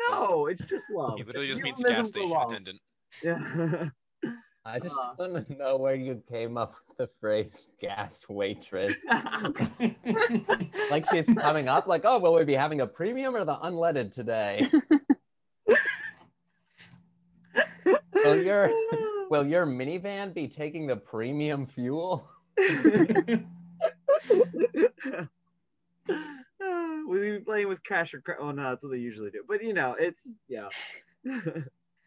S2: no. It's just love.
S4: He literally
S2: It's
S4: just means
S2: euphemism
S4: gas
S2: for
S4: station
S2: love.
S4: attendant.
S2: Yeah.
S5: I just
S2: Uh.
S5: want to know where you came up with the phrase gas waitress. like she's coming up, like, oh, will we be having a premium or the unleaded today? will, your, will your minivan be taking the premium fuel?
S2: Will you be playing with Crash or Cra- Oh no, that's what they usually do. But you know, it's yeah. I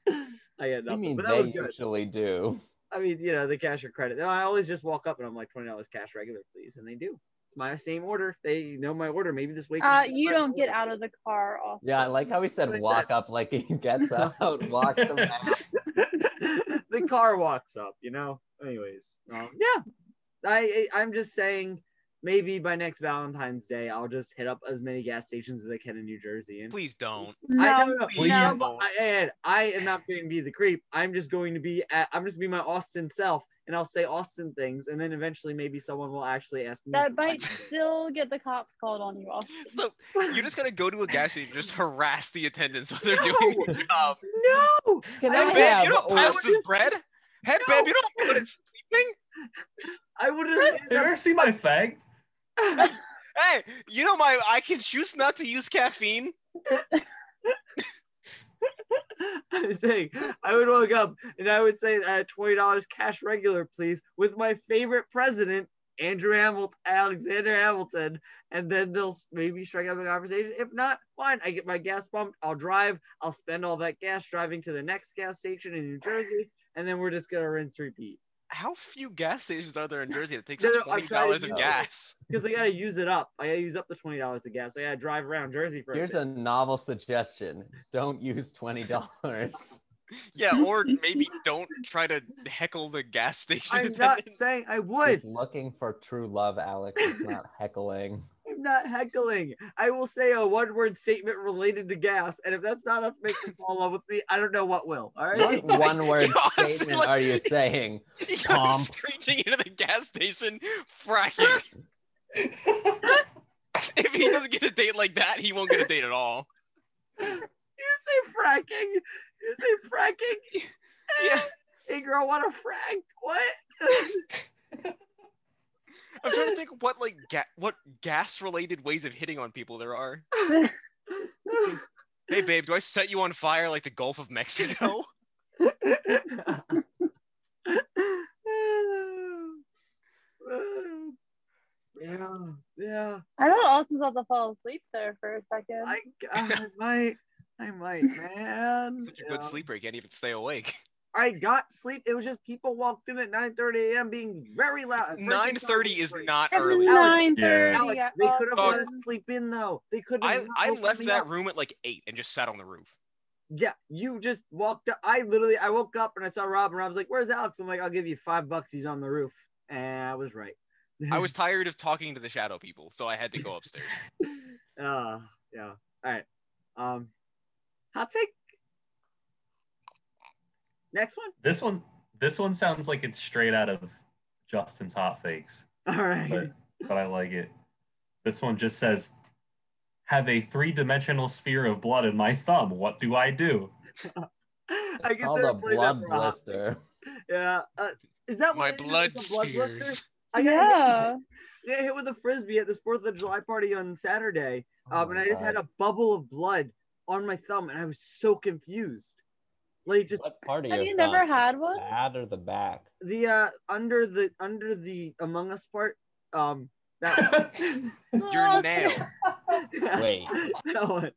S2: got
S5: I
S2: nothing.
S5: mean,
S2: but that
S5: they
S2: was good.
S5: usually do.
S2: I mean, you know, the cash or credit. No, I always just walk up and I'm like twenty dollars cash regular, please, and they do. It's my same order. They know my order. Maybe this week.
S3: Uh, you don't get out of the car. Also.
S5: Yeah, I like how he said
S2: That's what I
S5: walk up, like he gets out, walks around.
S2: the car walks up. You know. Anyways, um, yeah. I I- I'm just saying. Maybe by next Valentine's Day, I'll just hit up as many gas stations as I can in New Jersey and
S4: Please don't.
S2: I
S3: No,
S2: don't know.
S4: Please
S2: No,
S4: don't.
S2: I, Ed, I am not going to be the creep. I'm just going to be. At, I'm just be my Austin self, and I'll say Austin things, and then eventually maybe someone will actually ask me.
S3: that
S2: for
S3: might
S2: my-
S3: still get the cops called on you. Austin.
S4: So you're just gonna go to a gas station and just harass the attendants while they're
S2: No.
S4: doing their job.
S2: No,
S5: Can
S2: I
S4: Hey,
S5: I
S2: would-
S4: babe,
S5: have
S4: you don't
S5: or-
S4: pass
S2: would
S4: this
S2: just-
S4: bread. Hey,
S2: No.
S4: babe, you don't put it sleeping.
S2: I would have.
S6: you ever see my fag?
S4: Hey, you know my I can choose not to use caffeine.
S2: I'm saying I would wake up and I would say uh, twenty dollars cash regular, please, with my favorite president, Andrew Hamilton, Alexander Hamilton, and then they'll s- maybe strike up a conversation. If not, fine. I get my gas pumped. I'll drive. I'll spend all that gas driving to the next gas station in New Jersey, and then we're just gonna rinse repeat
S4: How few gas stations are there in Jersey that takes
S2: No, no, I'm
S4: twenty dollars
S2: sorry,
S4: of
S5: no.
S4: gas?
S2: because I gotta use it up. I gotta use up the twenty dollars of gas. I gotta drive around Jersey for.
S5: Here's
S2: a,
S5: a novel suggestion. Don't use twenty dollars.
S4: Yeah, or maybe don't try to heckle the gas station.
S2: bit. I'm
S4: attendant.
S2: not saying I would.
S5: He's looking for true love, Alex. It's not heckling.
S2: I'm not heckling. I will say a one word statement related to gas, and if that's not enough to make them fall in love with me, I don't know what will. All right.
S5: What one word
S4: honestly,
S5: statement
S4: like-
S5: are you saying?
S4: He goes
S5: Tom.
S4: screeching into the gas station, fracking. if he doesn't get a date like that, he won't get a date at all.
S2: You say fracking. You say fracking.
S4: Yeah,
S2: Hey girl, want to frack? What?
S4: I'm trying to think what like ga- what gas-related ways of hitting on people there are. Hey, babe, do I set you on fire like the Gulf of Mexico?
S2: yeah, yeah.
S3: I thought Austin's about to fall asleep there for a second.
S2: I, I might, I might, man.
S4: Such a good
S2: Yeah.
S4: sleeper, you can't even stay awake.
S2: I got sleep. It was just people walked in at 9:30 a.m. being very loud.
S4: Nine thirty is not
S3: It's
S4: early.
S2: Alex,
S3: nine thirty.
S2: Alex, they could have let us sleep in though. They could have.
S4: I,
S2: not
S4: I
S2: woken
S4: left
S2: me
S4: that
S2: up.
S4: room at like eight and just sat on the roof.
S2: Yeah, you just walked up. I literally, I woke up and I saw Rob, and Rob's like, "Where's Alex?" I'm like, "I'll give you five bucks. He's on the roof." And I was right.
S4: I was tired of talking to the shadow people, so I had to go upstairs.
S2: Uh, yeah. All right. Um, hot take. Next one.
S6: this one this one sounds like it's straight out of Justin's hot fakes.
S2: All right.
S6: but, but I like it. This one just says, "Have a three-dimensional sphere of blood in my thumb. What do I do?"
S2: I
S5: Called
S2: consider
S5: a
S2: putting
S5: blood
S2: for a hot take.
S5: blister.
S2: Yeah. Uh, is that
S4: My
S2: what it is?
S4: blood
S2: It's a blister?
S4: spheres.
S2: I got
S3: yeah.
S2: hit, I got hit with a frisbee at this Fourth of July party on Saturday,
S5: Oh
S2: um,
S5: my
S2: and I just had
S5: God.
S2: a bubble of blood on my thumb, and I was so confused. Like just
S7: What part of
S3: Have
S7: your
S3: you never
S7: thumb?
S3: had one?
S7: The Ad or the back?
S2: the uh under the under the Among Us part. Um, that
S6: That's
S3: Oh.
S4: Your nail.
S7: Wait,
S2: that one.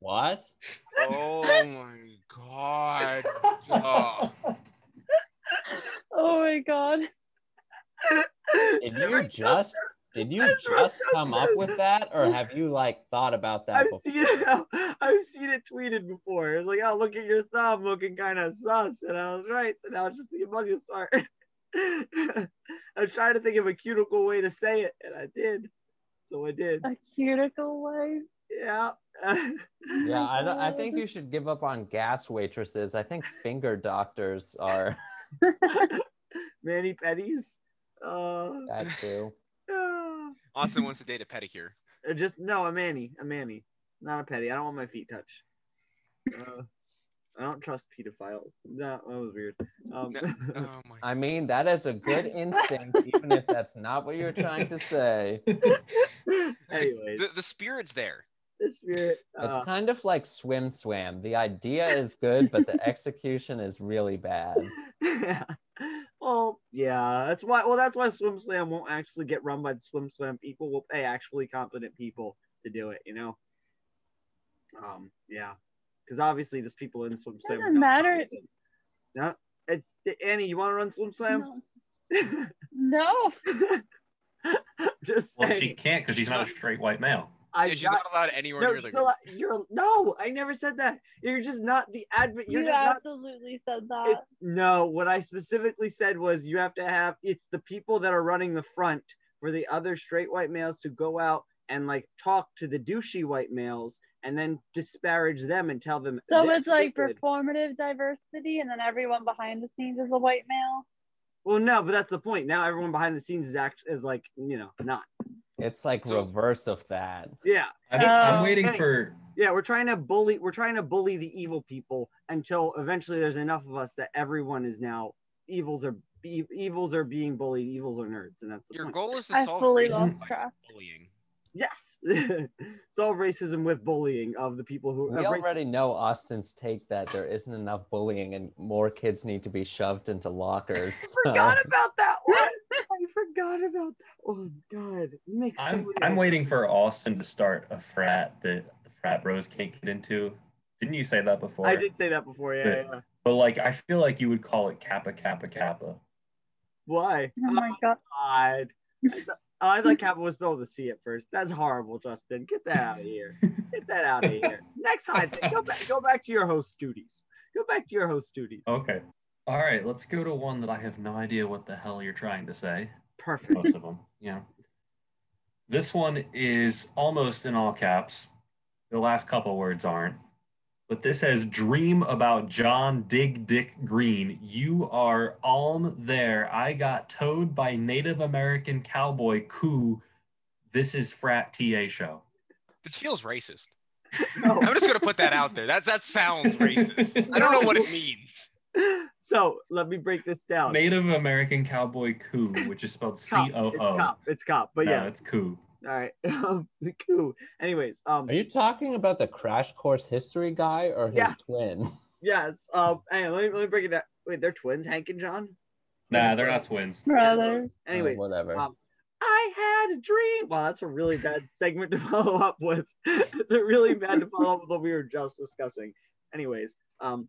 S7: what?
S4: Oh my god. Oh.
S3: Oh my god.
S7: Did you just did you just come up with that, or have you like thought about that?
S2: I've
S7: before?
S2: seen it. I've seen it tweeted before. It's like, oh, look at your thumb, looking kind of sus, and I was right. So now it's just the Among Us part. I was trying to think of a cuticle way to say it, and I did. So I did.
S3: A cuticle wife.
S2: Yeah.
S7: Yeah, I, don't, I
S3: God.
S7: think you should give up on gas waitresses. I think finger doctors are
S2: Manny Petties. Uh,
S7: that too.
S2: uh,
S4: Austin wants to date a pedicure.
S2: just no, a Manny, a Manny, not a petty. I don't want my feet touched. Uh, I don't trust pedophiles. That, that was weird. Um,
S4: Oh my
S7: I mean, that is a good instinct, even if that's not what you were trying to say.
S2: anyways,
S4: The, the spirit's there.
S2: the spirit.
S7: It's
S2: Uh,
S7: kind of like swim swam. The idea is good, but the execution is really bad.
S2: yeah. Well, yeah. That's why. Well, that's why Swim Slam won't actually get run by the Swim Slam people. We'll pay actually competent people to do it. You know. Um. Yeah. Because obviously, there's people in Swim Slam. who
S3: Doesn't
S2: don't
S3: matter.
S2: competent. No. It's Annie. You want to run Swim Slam?
S3: No. no.
S2: Just
S6: well,
S2: saying.
S6: she can't because she's not a straight white male.
S2: I
S4: Yeah, she's
S2: got-
S4: not allowed anywhere
S2: no,
S4: near the
S2: she's
S4: group.
S2: not- you're no. I never said that. You're just not the advocate. You're
S3: You
S2: just not
S3: absolutely said that.
S2: It- no, what I specifically said was you have to have it's the people that are running the front for the other straight white males to go out and like talk to the douchey white males and then disparage them and tell them.
S3: So
S2: "They're
S3: it's like
S2: stupid."
S3: performative diversity, and then everyone behind the scenes is a white male.
S2: well, no, but that's the point. Now everyone behind the scenes is act is like you know not.
S7: It's like
S4: So-
S7: reverse of that.
S2: Yeah,
S6: I'm,
S3: Oh.
S6: I'm waiting for
S2: yeah. We're trying to bully. We're trying to bully the evil people until eventually there's enough of us that everyone is now evils are be, evils are being bullied. Evils are nerds, and that's the
S4: Your
S2: point.
S4: goal is to
S3: I
S4: solve
S3: fully
S4: racism
S3: lost
S4: by
S3: track.
S4: bullying.
S2: Yes. Solve racism with bullying of the people who
S7: We
S2: of
S7: already
S2: racists.
S7: know Austin's take that there isn't enough bullying and more kids need to be shoved into lockers.
S2: I
S7: so-
S2: forgot about that one. I forgot about that. Oh God. You make so
S6: I'm
S2: many
S6: I'm waiting for Austin to start a frat that the frat bros can't get into. Didn't you say that before?
S2: I did say that before, yeah. yeah.
S6: But- But like I feel like you would call it Kappa Kappa Kappa.
S2: Why?
S3: Oh my god.
S2: God. I thought- Oh, I thought Kappa was spelled with a C at first. That's horrible, Justin. Get that out of here. Get that out of here. Next time, go back, go back to your host duties. Go back to your host duties.
S6: Okay. All right, let's go to one that I have no idea what the hell you're trying to say.
S2: Perfect.
S6: Most of them, yeah. This one is almost in all caps. The last couple words aren't. But this says dream about John Dig Dick Green. You are alm there. I got towed by Native American cowboy coup. This is frat TA show.
S4: This feels racist.
S2: No.
S4: I'm just gonna put that out there. That that sounds racist. I don't know what it means.
S2: So let me break this down.
S6: Native American cowboy coup, which is spelled C
S2: Cop.
S6: O
S2: It's
S6: O.
S2: cop. It's cop. But
S6: No,
S2: yeah,
S6: it's coup.
S2: All right. Um, cool. Anyways, um,
S7: Are you talking about the crash course history guy or his
S2: Yes.
S7: twin?
S5: Oh,
S2: yes. Um, hang on, let me, let me break it down. Wait, they're twins, Hank and John.
S6: Nah, they're not twins.
S3: Brothers.
S7: Uh,
S2: Anyways,
S7: whatever.
S2: um, I had a dream. Wow, that's a really bad segment to follow up with. it's a really bad to follow up with what we were just discussing. Anyways, um,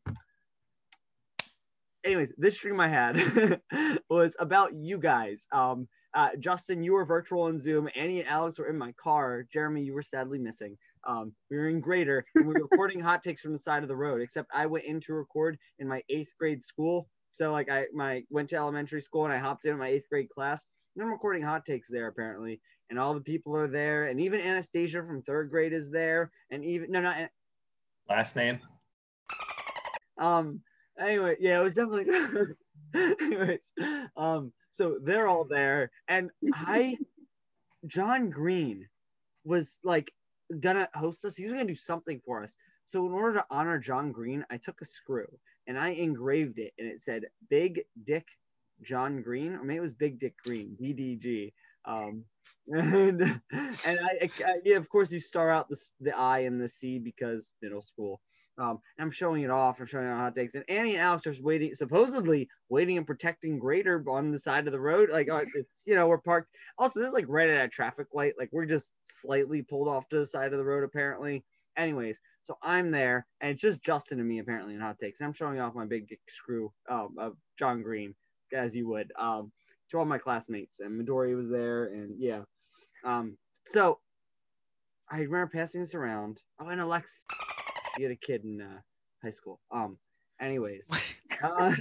S2: anyways, this dream I had was about you guys. Um, uh, Justin, you were virtual on Zoom. Annie and Alex were in my car. Jeremy, you were sadly missing. Um, we were in Greater and we were recording hot takes from the side of the road. Except I went in to record in my eighth grade school. So like I my went to elementary school and I hopped into my eighth grade class. And I'm recording hot takes there apparently, and all the people are there, and even Anastasia from third grade is there, and even no not
S6: Last name?
S2: um anyway yeah it was definitely anyways um so they're all there and i john green was like gonna host us he was gonna do something for us so in order to honor john green i took a screw and i engraved it and it said big dick john green or maybe it was big dick green bdg um and and I, I yeah of course you star out the s- the i and the c because middle school Um, I'm showing it off. I'm showing it on hot takes. And Annie and Alex are just waiting, supposedly waiting and protecting Grader on the side of the road. Like uh, it's, you know, we're parked. Also, this is like right at a traffic light. Like we're just slightly pulled off to the side of the road, apparently. Anyways, so I'm there, and it's just Justin and me apparently in hot takes. And I'm showing off my big dick screw um, of John Green, as you would, um, to all my classmates. And Midori was there, and yeah. Um, so I remember passing this around. Oh, and Alex, you had a kid in uh, high school. Um, anyways, uh,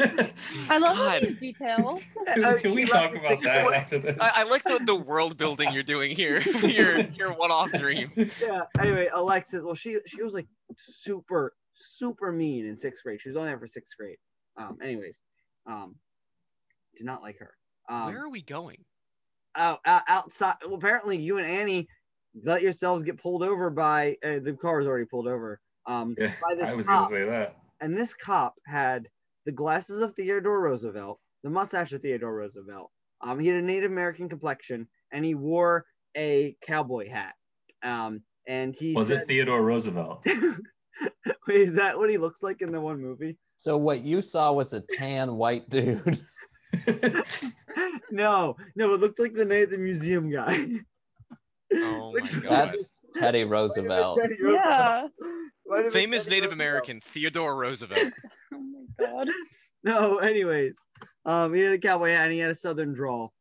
S3: I love all
S4: God.
S3: these details.
S2: Oh,
S6: Can, can we talk about that after this?
S4: I, I like the, the world building you're doing here. your your one off dream.
S2: yeah. Anyway, Alexis, well, she she was like super super mean in sixth grade. She was only there for sixth grade. Um, anyways, um, did not like her. Um,
S4: Where are we going?
S2: out, out- outside. Well, apparently, you and Annie let yourselves get pulled over by uh, the car was already pulled over. Um,
S6: Yeah,
S2: by this
S6: I was
S2: cop.
S6: gonna say that.
S2: and this cop had the glasses of Theodore Roosevelt, the mustache of Theodore Roosevelt. Um, he had a Native American complexion, and he wore a cowboy hat. Um, and he
S6: Was
S2: said,
S6: it Theodore Roosevelt?
S2: Wait, is that what he looks like in the one movie?
S5: So what you saw was a tan white dude.
S2: no, no, it looked like the night at the museum guy.
S4: Oh
S2: Which
S4: my God.
S5: That's Teddy Roosevelt.
S2: Teddy Roosevelt.
S3: yeah.
S2: Might have been
S4: Famous
S2: Teddy
S4: Native
S2: Roosevelt.
S4: American Theodore Roosevelt.
S3: Oh my god.
S2: No, anyways, um, he had a cowboy hat and he had a southern drawl.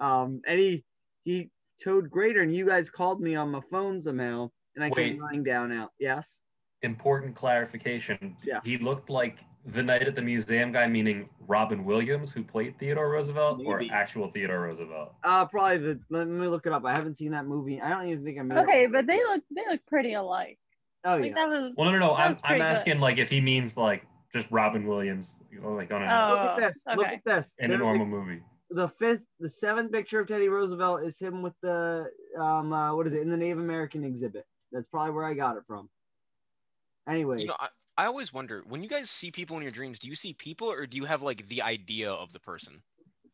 S2: Um, and he he towed greater, and you guys called me on my phone somehow, and I came
S6: Wait.
S2: lying down out. Yes.
S6: Important clarification.
S2: Yeah.
S6: He looked like the night at the museum guy, meaning Robin Williams, who played Theodore Roosevelt,
S2: Maybe.
S6: or actual Theodore Roosevelt.
S2: Uh, probably the. Let me look it up. I haven't seen that movie. I don't even think I'm.
S3: Okay, but they look they look pretty alike.
S2: Oh yeah.
S3: Like that was
S6: Well, no, no, no. I'm,
S3: was pretty
S6: I'm
S3: good.
S6: asking like if he means like just Robin Williams, like on a,
S3: Oh,
S2: Look at this. Look
S3: okay.
S2: at this.
S6: in a
S2: There's a-
S6: normal movie.
S2: the fifth, the seventh picture of Teddy Roosevelt is him with the um, uh, what is it in the Native American exhibit? That's probably where I got it from. Anyways,
S4: You know, I, I always wonder when you guys see people in your dreams, do you see people or do you have like the idea of the person?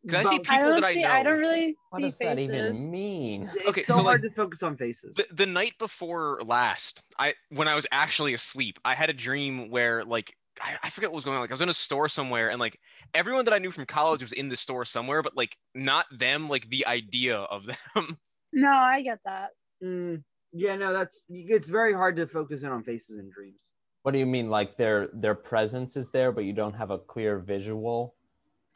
S4: Because I see
S2: But
S4: people
S3: I don't
S4: that I
S3: see,
S4: know.
S3: I don't really
S5: What
S3: see
S5: does that
S3: faces.
S5: even mean?
S2: it's
S4: okay,
S2: so,
S4: so,
S2: hard to focus on faces.
S4: the, the night before last i when i was actually asleep i had a dream where like I, I forget what was going on like i was in a store somewhere and like everyone that i knew from college was in the store somewhere but like not them like the idea of them
S3: No, I get that.
S2: Mm, yeah, no, that's it's very hard to focus in on faces in dreams.
S5: What do you mean? Like their their presence is there, but you don't have a clear visual?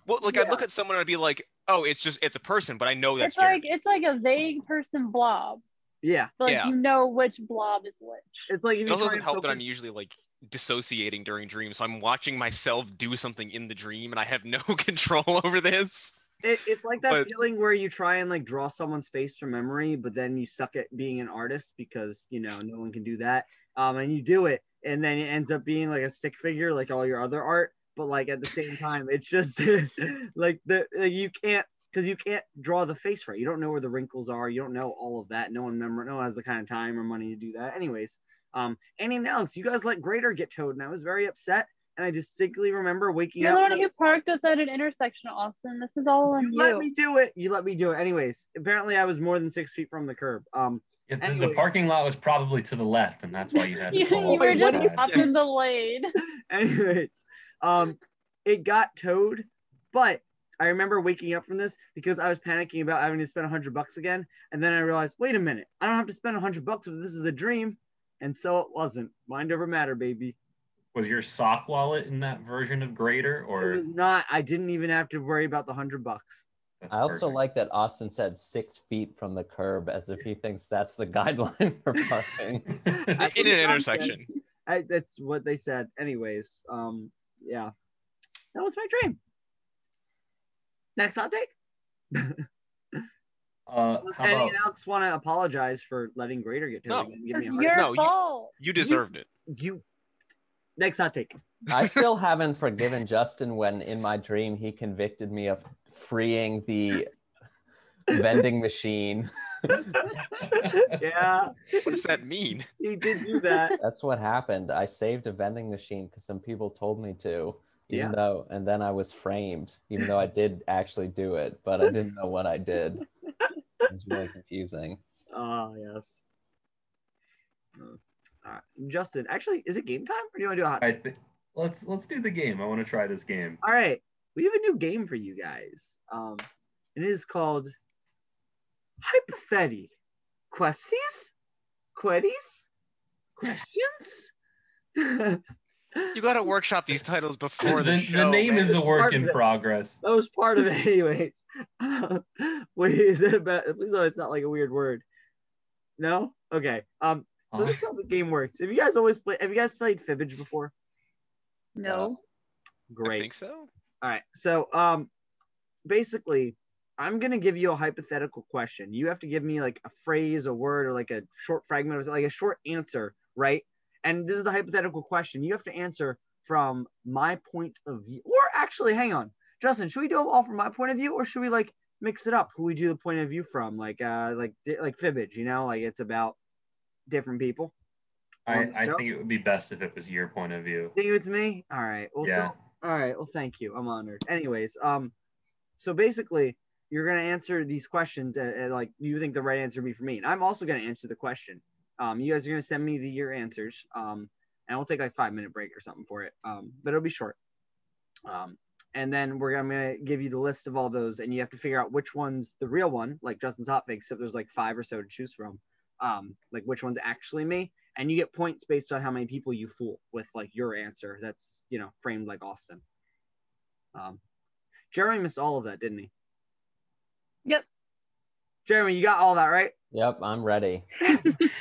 S4: well like i'd
S2: Yeah.
S4: look at someone and i'd be like oh it's just it's a person but i know that's
S3: it's like
S4: Jared.
S3: it's like a vague person blob.
S2: Yeah,
S3: But like
S4: Yeah.
S3: you know which blob is which.
S2: it's like if
S4: it
S2: you
S4: also
S2: try
S4: doesn't
S2: and
S4: help that i'm
S2: focus-
S4: usually like dissociating during dreams so i'm watching myself do something in the dream and i have no control over this
S2: It, it's like that
S4: but-
S2: feeling where you try and like draw someone's face from memory, but then you suck at being an artist because you know no one can do that. Um, and you do it, and then it ends up being like a stick figure, like all your other art. But like at the same time, it's just like the like, you can't because you can't draw the face right. You don't know where the wrinkles are. You don't know all of that. No one remember. No one has the kind of time or money to do that. Anyways, um, Annie and Alex, you guys let Grader get towed, and I was very upset. And I distinctly remember waking
S3: You're
S2: up.
S3: the
S2: like-
S3: one who parked us at an intersection, Austin. This is all on
S2: you let me
S3: you.
S2: do it. You let me do it. Anyways, apparently I was more than six feet from the curb. Um,
S6: If the- the
S2: Anyway.
S6: parking lot was probably to the left, and that's why you had
S3: You,
S6: to pull
S3: you
S6: off
S3: were
S6: to
S3: just
S6: the side.
S3: up in the lane.
S2: anyways, um, it got towed, but I remember waking up from this because I was panicking about having to spend hundred bucks again, and then I realized, wait a minute, I don't have to spend hundred bucks if this is a dream, and so it wasn't. Mind over matter, baby.
S6: Was your sock wallet in that version of Grader,
S2: It
S6: or
S2: was not. I didn't even have to worry about the hundred bucks.
S6: That's
S5: I also
S6: perfect.
S5: like that Austin said six feet from the curb, as if he thinks that's the guideline for parking.
S2: That's
S4: in
S2: what
S4: an
S2: Tom said.
S4: intersection
S2: I, that's what they said. Anyways, um, yeah, that was my dream. Next hot take.
S6: Uh,
S2: Does
S6: how
S2: Annie
S6: about
S2: and Alex want to apologize for letting Grader get to
S4: No.
S2: it again? Give me a
S3: It's
S2: heart.
S3: your
S4: No, you-
S3: fault.
S4: you deserved it
S2: You next hot take.
S5: I still haven't forgiven Justin when, in my dream, he convicted me of freeing the vending machine.
S2: Yeah,
S4: what does that mean
S2: he did do that.
S5: That's what happened. I saved a vending machine because some people told me to, even
S2: Yeah.
S5: though, and then I was framed, even though I did actually do it, but I didn't know what I did. It was really confusing.
S2: Oh yes. Ah, All right. Justin, actually, is it game time or do you want to do a hot
S6: I think let's let's do the game. I want to try this game.
S2: All right, we have a new game for you guys. Um, and it is called Hypotheti Questies, Queries, Questions.
S4: You gotta workshop these titles before
S6: the,
S4: the,
S6: the
S4: show.
S6: name
S4: man.
S6: is a work
S2: Part
S6: in
S2: of it.
S6: progress.
S2: that was part of it, anyways. Wait, is it about? Please, no, it's not like a weird word. No. Okay. Um. So this is how the game works. Have you guys always played? Have you guys played Fibbage before?
S3: No.
S4: I
S2: Great.
S4: think so.
S2: All right. So um basically I'm gonna give you a hypothetical question. You have to give me like a phrase, a word, or like a short fragment of like a short answer, right? And this is the hypothetical question. You have to answer from my point of view. Or actually, hang on. Justin, should we do them all from my point of view or should we like mix it up? Who we do the point of view from? Like uh like di- like Fibbage, you know, like it's about different people.
S6: Uh, I,
S2: on the
S6: I
S2: show?
S6: think it would be best if it was your point of view.
S2: Think it's me? All right. Well,
S6: Yeah.
S2: yeah. all right. Well, thank you. I'm honored. Anyways, um, so basically, you're gonna answer these questions a- a- like you think the right answer would be for me, and I'm also gonna answer the question. Um, you guys are gonna send me the your answers. Um, and we'll take like five minute break or something for it. Um, but it'll be short. Um, and then we're gonna, I'm gonna give you the list of all those, and you have to figure out which one's the real one, like Justin's hot fix. So there's like five or so to choose from. Um, like which one's actually me, and you get points based on how many people you fool with like your answer that's you know framed like austin um jeremy missed all of that didn't he
S3: Yep.
S2: jeremy you got all that right
S5: Yep, I'm ready.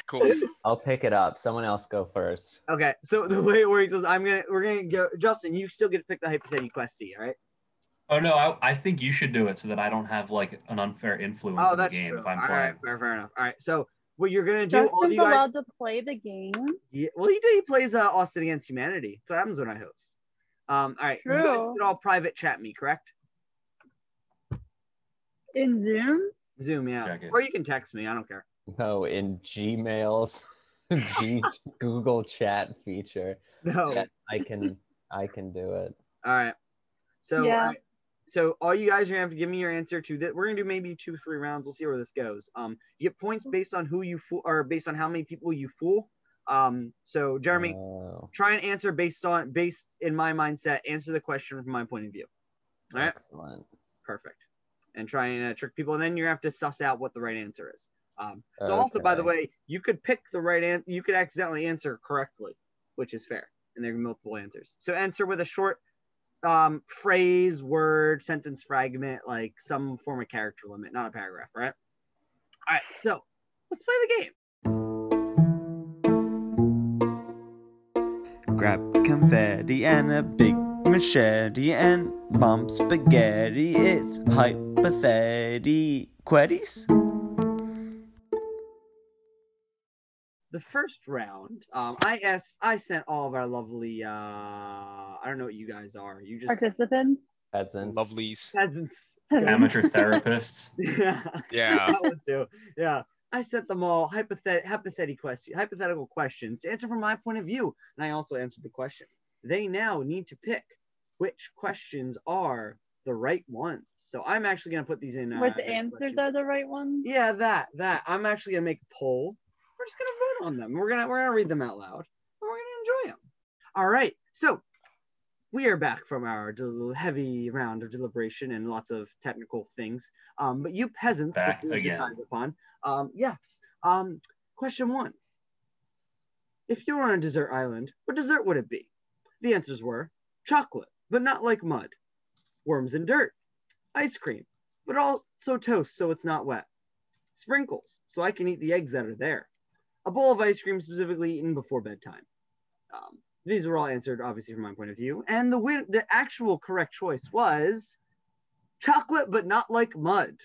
S4: Cool.
S5: I'll pick it up. Someone else go first.
S2: okay so the way it works is i'm gonna we're gonna go justin you still get to pick the hypothetical question all right
S6: Oh no, I, I think you should do it so that I don't have like an unfair influence
S2: oh
S6: in the
S2: that's
S6: game
S2: true
S6: if I'm
S2: all
S6: playing.
S2: right fair, fair enough all right so what you're gonna do all
S3: Justin's
S2: you guys
S3: allowed to play the game.
S2: Yeah, well, he, he plays uh, Austin Against Humanity. That's what happens when I host. Um, all right, you guys
S3: True.
S2: can all private chat me, correct?
S3: In Zoom?
S2: Zoom, yeah.
S6: Check it.
S2: Or you can text me. I don't care.
S5: No, in Gmail's G- Google Chat feature.
S2: No.
S5: Yeah, I can I can do it.
S2: All right. So,
S3: Yeah.
S2: all right. so all you guys are gonna have to give me your answer to that. We're gonna do maybe two, three rounds. We'll see where this goes. Um, you get points based on who you fool, or based on how many people you fool. Um, so Jeremy,
S5: Oh,
S2: try and answer based on based in my mindset. Answer the question from my point of view. All right.
S5: excellent.
S2: Perfect. And try and uh, trick people, and then you have to suss out what the right answer is. Um, so also,
S5: Okay.
S2: by the way, you could pick the right answer. You could accidentally answer correctly, which is fair. And there are multiple answers. So answer with a short um, phrase, word, sentence fragment, like some form of character limit, not a paragraph, right? All right. So let's play the game.
S1: Grab confetti and a big machete and bomb spaghetti. It's hypotheti queries.
S2: the first round, um, I asked, I sent all of our lovely, uh, I don't know what you guys are. You just
S3: Participants?
S5: Peasants.
S4: Lovelies.
S2: peasants.
S6: Amateur therapists.
S2: Yeah.
S4: Yeah.
S2: that one too. Yeah. I sent them all hypothet- hypothetical question, hypothetical questions to answer from my point of view, and I also answered the question. They now need to pick which questions are the right ones. So I'm actually going to put these in. Uh,
S3: Which
S2: next
S3: answers
S2: question.
S3: are the right ones?
S2: Yeah, that that. I'm actually gonna make a poll. We're just gonna vote on them. We're gonna we're gonna read them out loud. And we're gonna enjoy them. All right. So we are back from our del- heavy round of deliberation and lots of technical things. Um, but you peasants,
S6: Back
S2: which we
S6: again.
S2: decided upon. Um, yes. Um, question one. If you were on a desert island, what dessert would it be? The answers were chocolate, but not like mud, worms and dirt, ice cream, but also toast so it's not wet sprinkles so I can eat the eggs that are there. A bowl of ice cream specifically eaten before bedtime. Um, these were all answered, obviously, from my point of view. And the win- the actual correct choice was chocolate, but not like mud.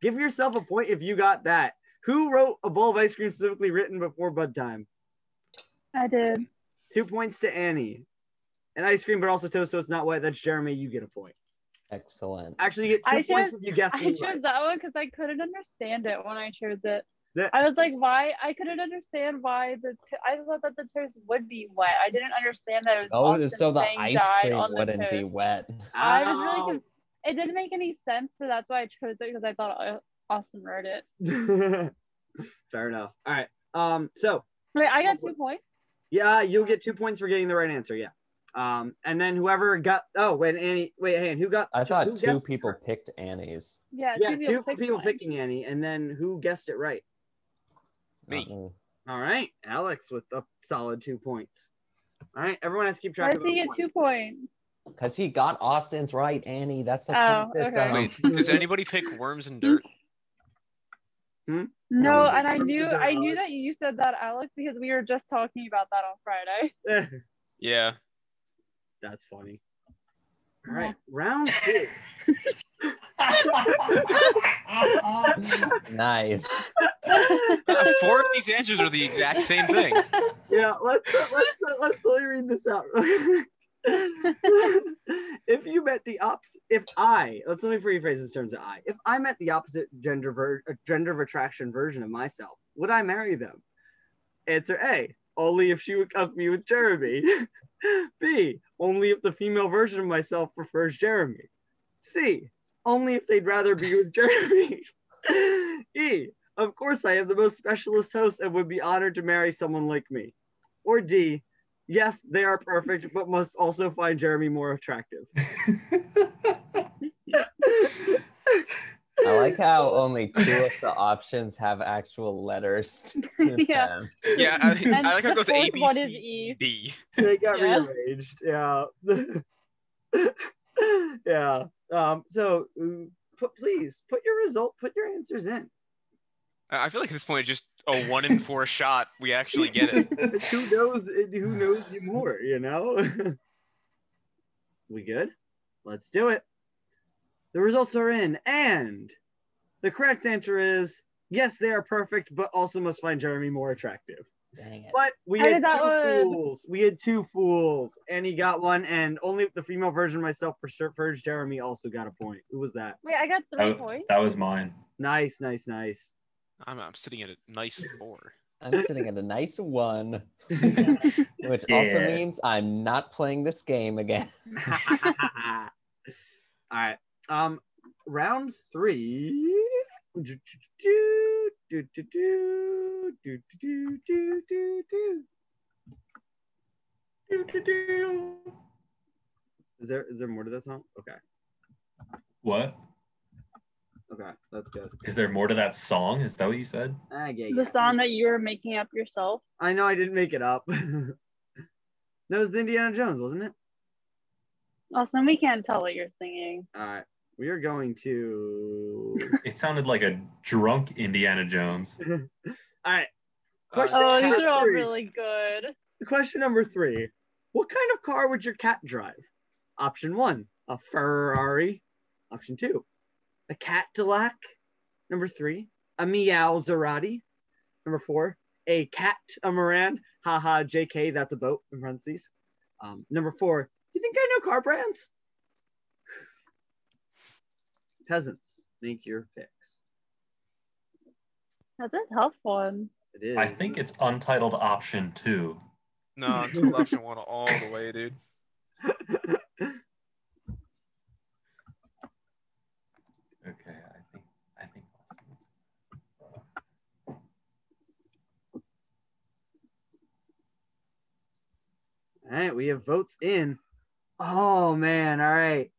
S2: Give yourself a point if you got that. Who wrote a bowl of ice cream specifically written before bedtime?
S3: I did.
S2: Two points to Annie. And ice cream, but also toast, so it's not wet. That's Jeremy. You get a point.
S5: Excellent.
S2: Actually, you get two
S3: I
S2: points
S3: chose-
S2: if you guess
S3: I
S2: it
S3: chose
S2: right.
S3: that one because I couldn't understand it when I chose it.
S2: That-
S3: I was like, why? I couldn't understand why the. T- I thought that the toast would be wet. I didn't understand that it was.
S5: Oh,
S3: Austin
S5: so the
S3: saying
S5: ice
S3: died
S5: cream
S3: on the
S5: wouldn't be
S3: toast.
S5: wet.
S3: I was really
S2: Ow.
S3: confused. It didn't make any sense, so that's why I chose it because I thought uh, Austin wrote it.
S2: Fair enough. All right. Um. So
S3: Wait, I got two points.
S2: Yeah, you'll get two points for getting the right answer. Yeah. Um, and then whoever got oh, when Annie wait, hang on, who got
S5: I
S2: who
S5: thought two
S2: guessed-
S5: people picked Annie's.
S3: Yeah,
S2: Yeah,
S3: two people, picked
S2: people
S3: mine.
S2: picking Annie, and then who guessed it right?
S4: Me.
S5: Not
S2: All right, Alex with a solid two points. All right, everyone has to keep
S3: Why
S2: track
S3: does
S2: of
S3: he
S2: the
S3: get
S2: points.
S3: two points?
S5: Because he got Austin's right, Annie. That's the
S3: Oh,
S5: point
S3: okay.
S5: system.
S4: Wait, does anybody pick worms and dirt?
S3: No,
S2: we
S3: and I
S2: confirmed
S3: knew
S2: that,
S3: I knew
S2: Alex.
S3: that you said that, Alex, because we were just talking about that on Friday.
S4: Yeah.
S2: That's funny. All right, round two.
S5: Nice.
S4: Uh, four of these answers are the exact same thing.
S2: yeah, let's uh, let's let's let me read this out. if you met the ops, if I let's let me rephrase this in terms of I. If I met the opposite gender ver- uh, gender of attraction version of myself, would I marry them? Answer A: Only if she would cuff me with Jeremy. B: Only if the female version of myself prefers Jeremy. C: Only if they'd rather be with Jeremy. e: of course, I am the most specialist host and would be honored to marry someone like me. Or D, yes, they are perfect, but must also find Jeremy more attractive.
S5: I like how only two of the options have actual letters. to
S3: Yeah.
S5: them.
S4: Yeah, I,
S3: And
S4: I like how
S3: the
S4: it goes A,
S3: fourth
S4: B,
S3: one is
S4: C,
S3: E.
S4: D.
S2: They got
S3: Yeah.
S2: rearranged. Yeah. yeah. Um, so mm, put, please put your result, put your answers in.
S4: I I feel like at this point, just a one in four shot, we actually get it.
S2: who knows who knows you more you know we good let's do it the results are in and the correct answer is yes they are perfect but also must find jeremy more attractive
S5: Dang it.
S2: but we
S3: I
S2: had
S3: did that
S2: two
S3: one.
S2: fools we had two fools and he got one and only the female version of myself prefers jeremy also got a point who was that
S3: Wait, I got three
S6: that,
S3: points.
S6: that was mine.
S2: nice nice nice
S4: I'm, I'm sitting at a nice four.
S5: I'm sitting at a nice one, which also
S6: Yeah.
S5: means I'm not playing this game again.
S2: All right. Um, round three. Do, do, do, do, do, do, do, do, do, do. Is there is there more to that song? Okay.
S6: What?
S2: Okay, that's good.
S6: Is there more to that song? Is that what you said?
S2: I get
S3: The song that you were making up yourself.
S2: I know I didn't make it up. that was the Indiana Jones, wasn't it?
S3: Austin, we can't tell what you're singing.
S2: All right. Uh, We are going to.
S6: It sounded like a drunk Indiana Jones.
S2: All right.
S4: Uh,
S2: Question
S3: Oh, these
S2: number
S3: are all
S2: three.
S3: really good.
S2: Question number three What kind of car would your cat drive? Option one, a Ferrari. Option two, a Cadillac. Number three, a Meow Zarati. Number four, a Cat a Moran. Haha, JK, that's a boat in parentheses. Um, number four, you think I know car brands? Peasants, make your picks.
S3: That's a tough one.
S2: It is.
S6: I think it's untitled option two.
S4: no, until option one all the way, dude.
S6: Okay, I think I think.
S2: All right, we have votes in. Oh man, all right.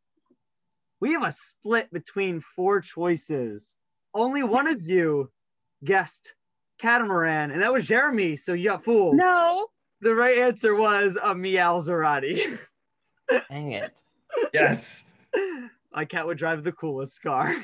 S2: We have a split between four choices. Only one of you guessed catamaran, and that was Jeremy, so you got fooled.
S3: No.
S2: The right answer was a Meow Zarati.
S5: Dang it.
S6: Yes,
S2: My cat would drive the coolest car.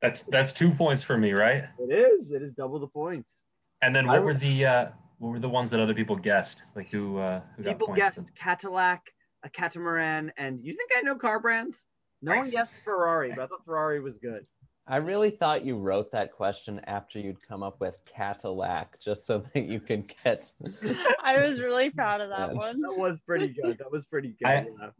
S6: that's that's two points for me, right?
S2: It is, it is double the points.
S6: And then
S2: I
S6: what
S2: would-
S6: were the uh, what were the ones that other people guessed? Like who uh, who got
S2: People
S6: points?
S2: guessed Cadillac, a catamaran, and you think I know car brands? No one
S6: Nice.
S2: guessed Ferrari, but I thought Ferrari was good.
S5: I really thought you wrote that question after you'd come up with Cadillac, just so that you can get.
S3: I was really proud of that
S5: Yeah.
S3: one.
S2: That was pretty good. That was pretty good.
S6: I-
S2: yeah.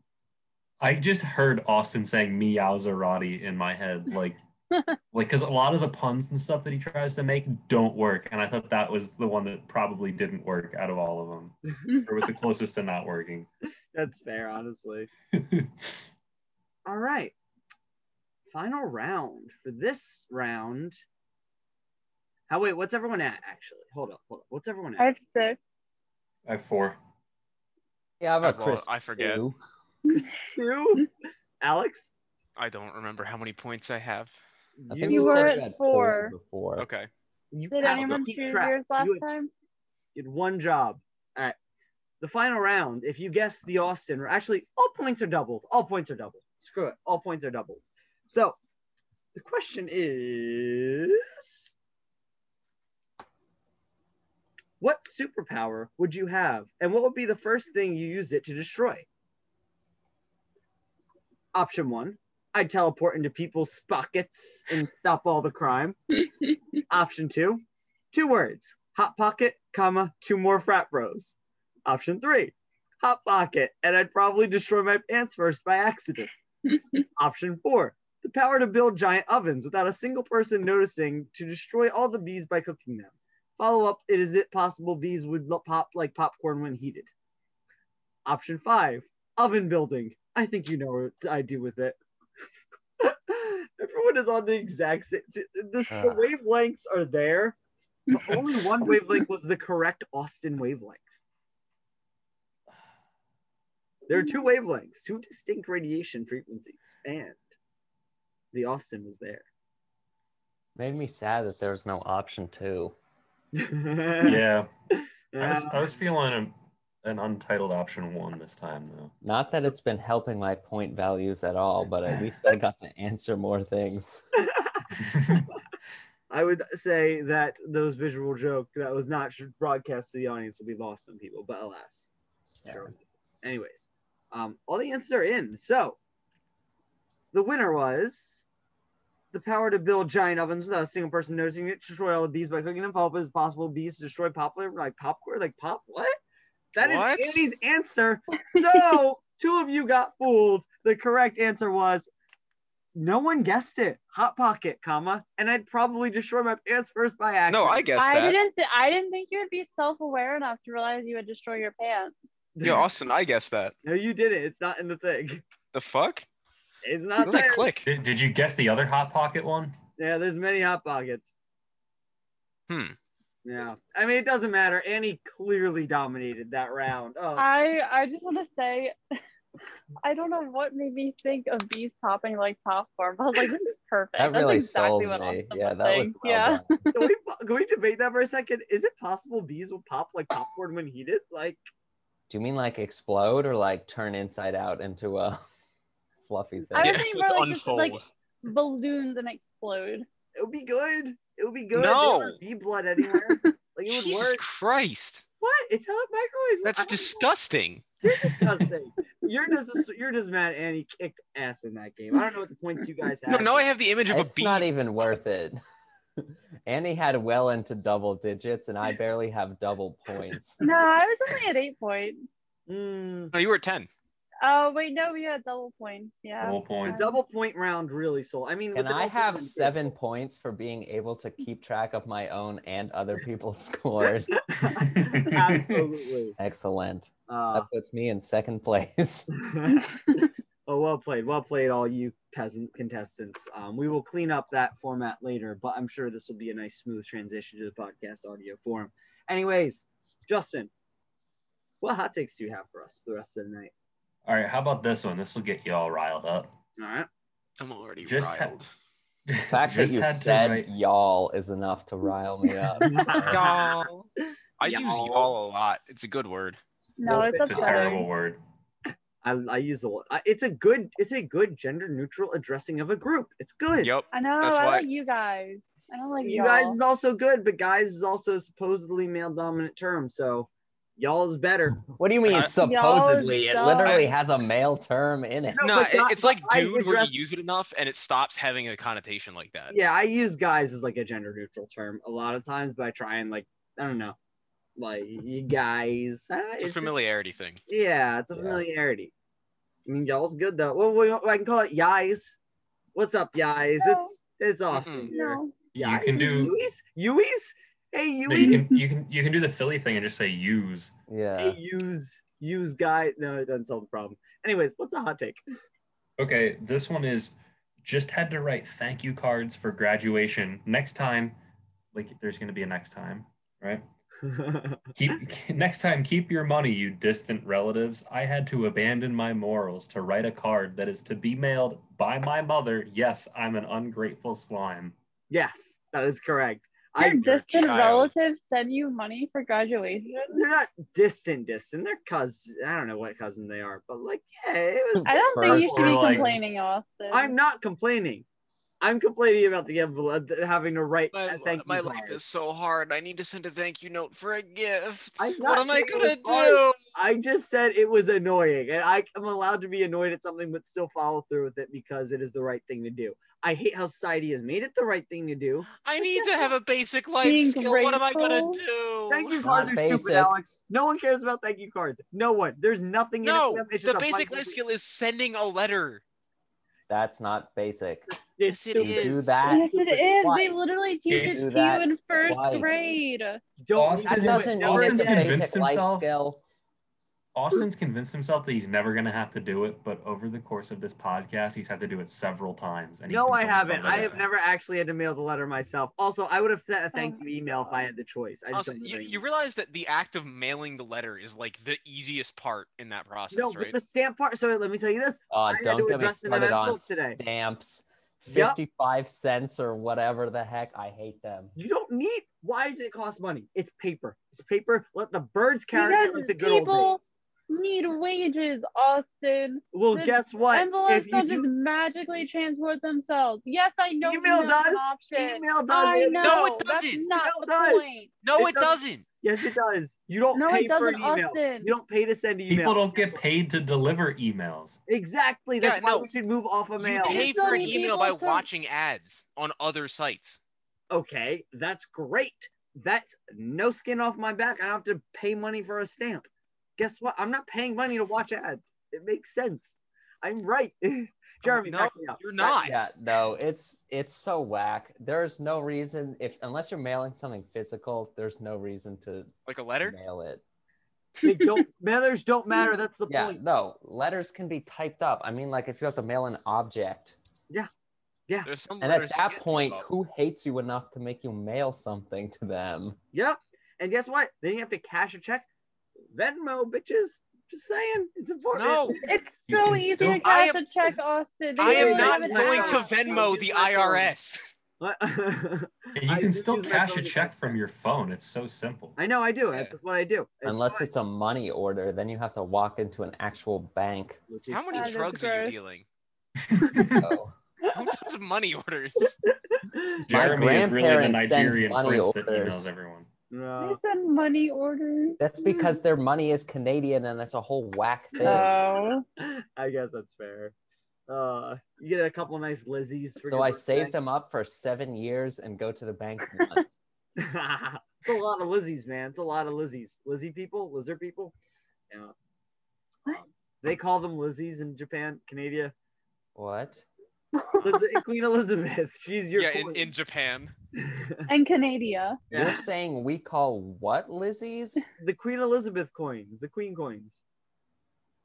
S6: I just heard Austin saying meow Zarati in my head, like like because a lot of the puns and stuff that he tries to make don't work, and I thought that was the one that probably didn't work out of all of them, or was the closest to not working.
S2: That's fair, honestly. All right. Final round. For this round. How wait, what's everyone at actually? Hold up, hold up. What's everyone
S3: I
S2: at?
S3: have six.
S6: I have four.
S5: Yeah, I'm a
S4: Several,
S5: crisp
S4: I forget.
S5: two.
S2: Two? Alex?
S4: I don't remember how many points I have.
S5: I think
S3: You
S5: we
S3: were
S5: said we
S3: at
S5: had
S3: four.
S5: before.
S4: Okay.
S2: you
S3: Did
S2: have to
S3: anyone
S2: keep
S3: choose
S2: track.
S3: yours last
S2: you had,
S3: time?
S2: you had one job. All right. The final round, if you guess the Austin, or actually, all points are doubled. All points are doubled. Screw it. All points are doubled. So the question is What superpower would you have? And what would be the first thing you use it to destroy? Option one, I'd teleport into people's pockets and stop all the crime. Option two, two words hot pocket comma two more frat bros option three hot pocket and i'd probably destroy my pants first by accident option four the power to build giant ovens without a single person noticing to destroy all the bees by cooking them follow up it is it possible bees would lo- pop like popcorn when heated option five oven building i think you know what i do with it everyone is on the exact same this,
S5: Ah.
S2: the wavelengths are there but only one wavelength was the correct Austin wavelength. There are two wavelengths, two distinct radiation frequencies, and the Austin was
S5: Made me sad that there was no option two.
S2: there.
S6: Yeah, I was,
S2: Uh,
S6: I was feeling a, an untitled option one this time though.
S5: Not that it's been helping my point values at all, but at least I got to answer more things.
S2: I would say that those visual joke that was not broadcast to the audience will be lost on people, but alas. Anyways, um, all the answers are in. So the winner was the power to build giant ovens without a single person noticing it, destroy all the bees by cooking them, follow up as possible bees to destroy poplar like popcorn, like pop what? That is
S4: What?
S2: Andy's answer. So two of you got fooled. The correct answer was no one guessed it. Hot pocket, comma, and I'd probably destroy my pants first by accident.
S4: No, I guessed
S3: I
S4: that.
S3: didn't. Th- I didn't think you would be self-aware enough to realize you would destroy your pants.
S4: Yo, Austin, I guessed that.
S2: no, you did it. It's not in the thing.
S4: The fuck?
S2: It's
S4: Where
S2: not
S4: did I
S2: there.
S4: click?
S6: Did, did you guess the other hot pocket one?
S2: Yeah, there's many hot pockets.
S4: Hmm.
S2: Yeah, I mean it doesn't matter. Annie clearly dominated that round. Oh,
S3: I. I just want to say, I don't know what made me think of bees popping like popcorn, but I was like, this is perfect.
S5: That
S3: That's
S5: really
S3: exactly
S5: sold
S3: what
S5: me.
S3: Austin
S5: Yeah,
S3: would
S5: that was
S3: think.
S5: well
S3: yeah.
S5: done.
S2: can we can we debate that for a second? Is it possible bees will pop like popcorn when heated? Like,
S5: Do you mean like explode or like turn inside out into a fluffy thing?
S3: I
S4: Yeah,
S3: was thinking
S4: just
S3: more like just like
S4: unfold.
S3: balloons and explode.
S2: it would be good. It would be good. They
S4: No.
S2: don't have bee blood anywhere. like it would
S4: Jesus
S2: work.
S4: Christ.
S2: What? It's how it microwaves.
S4: That's
S2: I don't
S4: disgusting.
S2: know. Disgusting. You're just you're just mad Annie kicked ass in that game. I don't know what the points you guys
S4: No,
S2: have.
S4: now I have the image of a
S5: It's
S4: bee.
S5: not even worth it. Andy had well into double digits, and I barely have double points.
S3: No, I was only at eight points.
S2: Mm,
S4: No, you were at 10.
S3: Oh wait, no, we had double points. Yeah.
S6: Double
S2: the
S6: points.
S2: double point round really sold. I mean,
S5: Can
S2: with the
S5: I
S2: double
S5: have
S2: point, it's
S5: seven points for being able to keep track of my own and other people's scores?
S2: sold. Absolutely.
S5: Excellent.
S2: Uh,
S5: That puts me in second place.
S2: oh, well played. Well played, all you peasant contestants. Um, we will clean up that format later, but I'm sure this will be a nice, smooth transition to the podcast audio form. Anyways, Justin, what hot takes do you have for us the rest of the night?
S6: All right, how about this one? This will get you all riled up.
S2: All right.
S4: I'm already
S6: Just ha-
S4: riled.
S6: The
S5: The fact that you said y'all is enough to rile me up.
S4: Y'all. I use
S2: Y'all.
S4: y'all a lot. It's a good word.
S3: No,
S5: Well,
S3: it's,
S6: it's a
S3: upsetting.
S6: terrible word.
S2: I, I use a lot. I- It's a good. It's a good gender neutral addressing of a group. It's good.
S4: Yep.
S3: I know.
S4: That's
S3: I
S4: why-
S3: like you guys. I don't like
S2: You
S3: y'all.
S2: guys is also good, but guys is also supposedly male dominant term. So y'all is better.
S5: What do you mean
S4: I-
S5: supposedly? It
S3: Y'all
S5: literally has a male term in it.
S2: No,
S4: No,
S2: but
S4: it-
S2: not-
S4: it's like
S2: but I
S4: dude where
S2: address-
S4: you use it enough and it stops having a connotation like that.
S2: yeah, I use guys as like a gender neutral term a lot of times, but I try and like I don't know, like you guys. I don't know,
S4: It's a
S2: just-
S4: familiarity thing.
S2: yeah, it's a
S5: Yeah.
S2: familiarity. I mean, y'all's good though. Well, we, I can call it guys. What's up, guys?
S3: No.
S2: It's it's awesome.
S4: Mm-hmm.
S2: here.
S3: No.
S6: You can do
S2: Yui's. Yui's. Hey,
S6: no, you
S2: Yui's.
S6: can you can you can do the Philly thing and just say use.
S5: Yeah.
S2: Hey,
S3: Uh,
S2: use use guys. No, it doesn't solve the problem. Anyways, what's a hot take?
S6: Okay, this one is just had to write thank you cards for graduation. Next time, like there's gonna be a next time, right? keep next time keep your money you distant relatives i had to abandon my morals to write a card that is to be mailed by my mother yes i'm an ungrateful slime
S2: yes, that is correct. I
S3: Your distant
S4: child.
S3: relatives send you money for graduation.
S2: they're not distant, distant. They're cousins. I don't know what cousin they are, but like, yeah, it was.
S3: I don't think you
S6: First
S3: should be
S6: we're like-
S3: complaining, Austin.
S2: I'm not complaining. I'm complaining about the envelope that having to write
S4: My,
S2: a thank you
S4: my
S2: card.
S4: life is so hard. I need to send a thank you note for a gift.
S2: I'm
S4: What
S2: not
S4: am I
S2: saying it
S4: gonna
S2: was hard.
S4: do?
S2: I just said it was annoying, and I am allowed to be annoyed at something but still follow through with it because it is the right thing to do. I hate how society has made it the right thing to do.
S4: I need to have a basic life
S3: Being
S4: skill. What am I gonna
S3: grateful.
S4: do?
S2: Thank you
S5: Not
S2: cards are stupid,
S5: basic.
S2: Alex. No one cares about thank you cards. No one. There's nothing in it. for
S4: No,
S2: them. It's
S4: the
S2: just a
S4: basic
S2: bunch of-
S4: life skill is sending a letter.
S5: That's not basic.
S2: It's
S4: Yes, it
S5: To
S2: stupid.
S4: is.
S5: do that,
S3: Yes, it is. They
S5: Twice.
S3: literally teach
S6: It's-
S5: Do
S3: it to you
S5: that
S3: in first
S5: twice.
S3: grade.
S2: Don't
S6: Austin
S5: that
S2: do it.
S5: doesn't mean
S2: Don't
S6: Austin's
S5: it's a
S2: do it.
S5: basic
S6: convinced
S5: life
S6: himself.
S5: skill.
S6: austin's convinced himself that he's never going to have to do it but over the course of this podcast he's had to do it several times and he
S2: No, I
S6: complains
S2: haven't.
S6: about
S2: I
S6: it.
S2: have never actually had to mail the letter myself. Also, I would have sent a thank
S3: Oh
S2: you email if I had the choice. I just
S4: Also,
S2: don't
S4: you,
S2: think-
S4: you realize that the act of mailing the letter is like the easiest part in that process,
S2: no,
S4: right?
S2: but the stamp part. So let me tell you this.
S5: Uh,
S2: had to
S5: don't get me
S2: address an
S5: started on
S2: envelope today.
S5: stamps.
S2: Yep.
S5: 55 cents or whatever the heck. I hate them.
S2: You don't need. Why does it cost money? It's paper. It's paper. Let the birds carry it. Let
S3: Because
S2: the good old
S3: people
S2: days.
S3: need wages, Austin.
S2: Well,
S3: the
S2: guess what?
S3: Envelopes
S2: if you
S3: don't just magically transport themselves. Yes, I know
S2: Email
S3: email does.
S2: does.
S3: An option.
S2: email does
S3: I
S2: it.
S3: know.
S4: No, it
S3: That's
S4: doesn't.
S3: not
S2: Email
S3: the
S2: does.
S3: point.
S4: no,
S2: it
S4: it
S2: doesn't-
S4: doesn't.
S2: Yes, it does. You don't
S3: No,
S2: pay
S3: it
S2: for an
S3: doesn't,
S2: email.
S3: Austin.
S2: You don't pay to send an email.
S6: people don't
S2: Guess
S6: get
S2: what?
S6: paid to deliver emails
S2: Exactly. That's
S4: Yeah,
S2: why
S4: no.
S2: we should move off of
S4: You
S2: mail.
S4: pay
S3: still
S4: for an
S3: need people
S4: email by
S3: to-
S4: watching ads on other sites.
S2: okay, that's great. That's no skin off my back. I don't have to pay money for a stamp. Guess what? I'm not paying money to watch ads. It makes sense. I'm right. Jeremy,
S4: no,
S2: back me up.
S4: You're
S2: Back-
S4: not.
S5: Yeah, no, it's it's so whack. There's no reason if unless you're mailing something physical, there's no reason to
S4: Like a letter?
S5: mail it.
S2: They don't, matters don't matter. That's the
S5: Yeah,
S2: point.
S5: no, letters can be typed up. I mean, like if you have to mail an object,
S4: There's some
S5: and at
S4: letters you
S5: that
S4: can't
S5: point,
S4: type up.
S5: who hates you enough to make you mail something to them?
S2: Yep. And guess what? Then you have to cash a check. Venmo, bitches. Just saying. It's important.
S4: No,
S3: It's
S6: You
S3: so
S6: can
S3: easy
S6: still-
S3: to
S4: I
S3: cash
S4: am-
S3: a check, Austin. They
S4: I am
S3: literally
S4: not
S3: have an
S4: going
S3: app.
S4: to Venmo the IRS.
S6: and you
S2: I
S6: can
S2: do
S6: still
S2: use my
S6: cash
S2: phone
S6: a
S2: to
S6: check
S2: check
S6: from your phone it's so simple
S2: I know I do.
S4: Yeah.
S2: That's what I do. It's
S5: Unless
S2: fine.
S5: it's a money order, then you have to walk into an actual bank.
S2: Which is
S4: How many
S3: That is
S4: drugs are you
S3: gross.
S4: dealing?
S5: So
S4: Who does money orders?
S6: jeremy is really the
S5: grandparents send
S6: nigerian
S5: money
S6: prince that
S5: orders.
S6: emails everyone
S2: No.
S3: They send money orders.
S5: that's because their money is Canadian, and that's a whole whack thing.
S3: Oh.
S2: I guess that's fair. Uh, you get a couple nice Lizzies. For
S5: so
S2: your
S5: I
S2: birthday.
S5: save them up for seven years and go to the bank once.
S2: it's a lot of Lizzies, man. It's a lot of Lizzies. Lizzie people, lizard people. Yeah. Um,
S3: What?
S2: They call them Lizzies in Japan, Canada.
S5: What?
S2: Liz- Queen Elizabeth. She's your
S4: yeah, in,
S2: queen.
S4: in Japan.
S3: and Canada.
S5: You're
S2: Yeah.
S5: saying we call what Lizzie's?
S2: the Queen Elizabeth coins, the Queen coins.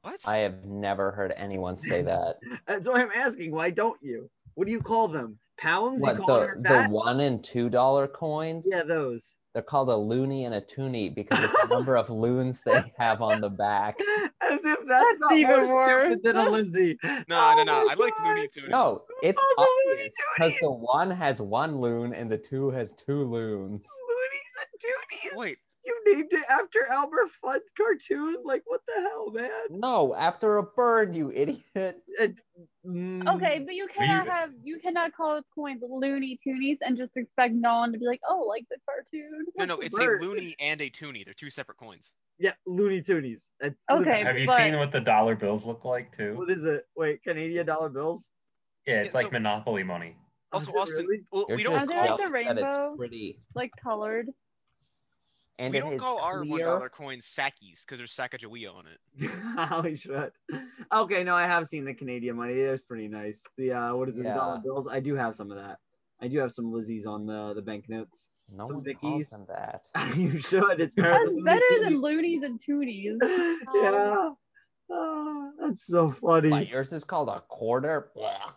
S4: What?
S5: I have never heard anyone say that.
S2: That's why I'm asking. Why don't you? What do you call them? Pounds?
S5: what
S2: you call
S5: the
S2: her
S5: the
S2: that?
S5: one and two dollar coins?
S2: Yeah, those.
S5: They're called a loony and a toonie because of the number of loons they have on the back.
S2: As if that's,
S3: That's
S2: not
S3: even
S2: more stupid
S3: worse.
S2: than a Lizzie.
S4: no,
S2: Oh
S4: no, no.
S2: my
S4: I like
S2: God.
S4: Looney Tunes.
S5: No, it's
S2: Those are Looney
S5: obvious because the
S2: Oh, Toonies.
S5: one has one loon and the two has two loons.
S2: Loonies and Toonies.
S4: Wait,
S2: You named it after Albert Fudd cartoon? Like, what the hell, man?
S5: No, after a bird, you idiot.
S2: And, mm,
S3: Okay, Mm-hmm. but you cannot
S6: you-
S3: have you cannot call coins loony toonies and just expect no one to be like, oh, like the cartoon.
S4: no, no. It's a
S2: Bird.
S4: Looney and a Toonie. They're two separate coins.
S2: Yeah, Looney Toonies. And-
S3: Okay.
S6: have you
S3: but-
S6: seen what the dollar bills look like too
S2: What is it? Wait, Canadian dollar bills?
S6: yeah it's
S4: Yeah,
S6: like
S4: so-
S6: monopoly money
S2: Is
S4: Also,
S2: it
S4: Austin.
S2: really?
S4: Well,
S5: You're
S4: we
S5: just
S4: don't
S3: Are there, like,
S4: call
S3: the
S5: jealous that
S3: rainbow?
S5: it's pretty.
S3: Like colored.
S5: And
S4: we
S5: it
S4: don't
S5: is
S4: call our one
S5: clear.
S4: dollar coins Sakis because there's Sacagawea on it.
S2: Holy shit. Okay, no, I have seen the Canadian money. That's pretty nice. The uh, what is it? the Dollar
S5: Yeah.
S2: bills. I do have some of that. I do have some Lizzie's on the the banknotes.
S5: No
S2: some
S5: one
S2: Vickies.
S5: calls them that.
S2: you should. It's better
S3: That's
S2: than
S3: better
S2: Looney
S3: than
S2: Tunes.
S3: loonies and toonies.
S2: yeah. Oh, that's so funny.
S5: Why, yours is called a quarter? Blah.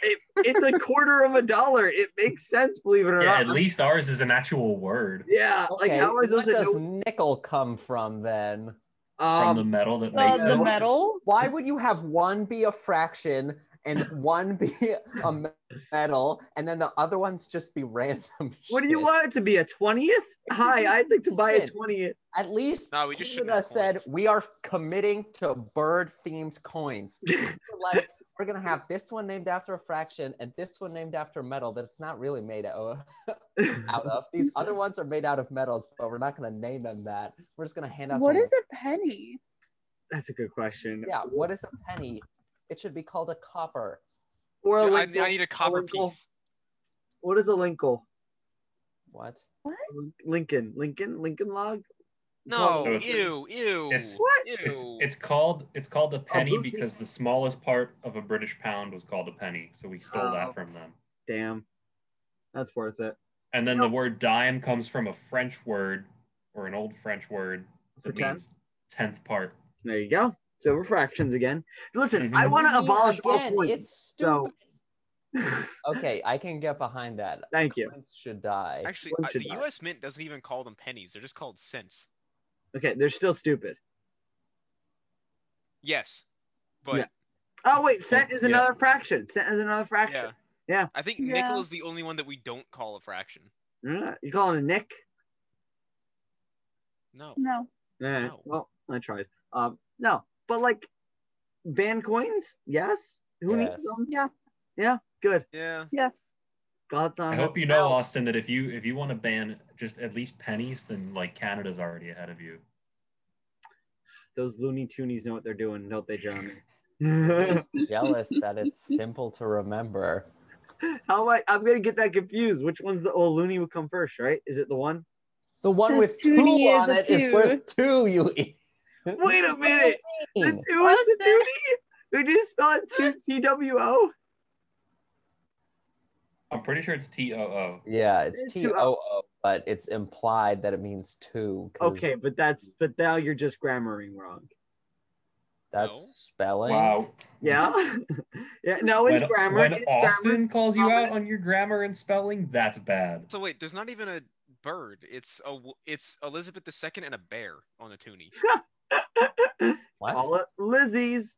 S2: It, it's a quarter of a dollar. It makes sense, believe it or
S6: Yeah,
S2: not.
S6: at least ours is an actual word
S2: yeah, like
S5: Okay,
S2: how am I
S5: where
S2: supposed to
S5: does
S2: know?
S5: nickel come from then?
S6: from
S2: Um,
S6: the metal that
S3: Uh,
S6: makes
S3: the
S6: it.
S3: metal.
S5: Why would you have one be a fraction and one be a me- metal, and then the other ones just be random?
S2: what do you
S5: shit?
S2: want it to be? A twentieth? Hi, I'd like to buy a twentieth.
S5: At least
S4: No, we just shouldn't
S5: Canada
S4: have
S5: said
S4: coins.
S5: we are committing to bird-themed coins. like we're gonna have this one named after a fraction and this one named after a metal that it's not really made out out of. These other ones are made out of metals, but we're not gonna name them that. We're just gonna hand out.
S3: What
S5: some-
S3: is a penny?
S2: That's a good question.
S5: Yeah. What is a penny? It should be called a copper.
S2: Or a
S4: Dude, I,
S2: linkle.
S4: I need a copper
S2: Lincoln.
S4: piece.
S2: What is a linkle?
S5: What?
S2: Lincoln, Lincoln, Lincoln log.
S4: No,
S6: No, it's-
S4: ew, ew.
S6: it's-
S2: What?
S4: Ew.
S6: It's it's called it's called a penny
S2: boofy.
S6: because the smallest part of a British pound was called a penny, so we stole
S2: Oh.
S6: that from them.
S2: Damn, that's worth it.
S6: And then the word dime comes from a French word or an old French word
S2: For
S6: that
S2: ten?
S6: means tenth part.
S2: There you go. Silver fractions again. Listen,
S6: Mhm.
S2: I want to
S5: Me
S2: abolish all
S5: again,
S2: coins.
S5: It's
S2: so-
S5: stupid. okay, I can get behind that.
S2: Thank you.
S5: Coins should die.
S4: Actually,
S2: one
S4: uh,
S2: should
S4: the
S2: not.
S4: U.S. Mint doesn't even call them pennies; they're just called cents.
S2: Okay, they're still stupid.
S4: Yes, but
S2: Yeah. Oh wait, cent is
S6: Yeah.
S2: another fraction. Cent is another
S4: yeah,
S2: fraction. Yeah.
S4: I think
S3: Yeah.
S4: nickel is the only one that we don't call a fraction.
S2: Yeah. Mm, You call it a nick?
S4: No,
S3: No.
S2: Yeah.
S4: No.
S2: Eh, Well, I tried. Um, no, but like, ban coins? Yes. Who needs
S5: Yes.
S2: them?
S3: Yeah.
S2: Good.
S4: yeah,
S2: God's
S6: I
S2: on.
S6: hope
S2: it.
S6: you know, Austin, that if you if you want to ban just at least pennies, then like Canada's already ahead of you.
S2: Those Looney Toonies know what they're doing, don't they, John?
S5: I'm just jealous that it's simple to remember.
S2: How am I? I'm gonna get that confused. Which one's the? Oh, Looney would come first, right? Is it the one?
S5: The one
S3: The
S5: with two
S3: toonie is
S5: on
S3: a
S5: it is
S3: two.
S5: worth two. You e-
S2: Wait a minute. The two
S5: mean?
S2: is the Toonie. Would you spell it two T W O?
S6: I'm pretty sure it's T O O.
S5: Yeah, it's
S2: It's
S5: T
S2: two
S5: O O, but it's implied that it means two. 'cause
S2: Okay, but that's but now you're just grammaring wrong.
S5: that's
S4: No.
S5: spelling.
S6: Wow.
S2: Yeah, yeah. No, it's
S6: When,
S2: grammar.
S6: when
S2: it's
S6: Austin
S2: grammar.
S6: calls you out on
S2: Prominence.
S6: your grammar and spelling, that's bad.
S4: So wait, there's not even a bird. It's a w- it's Elizabeth II and a bear on the toonie.
S5: What?
S2: Call it Lizzie's,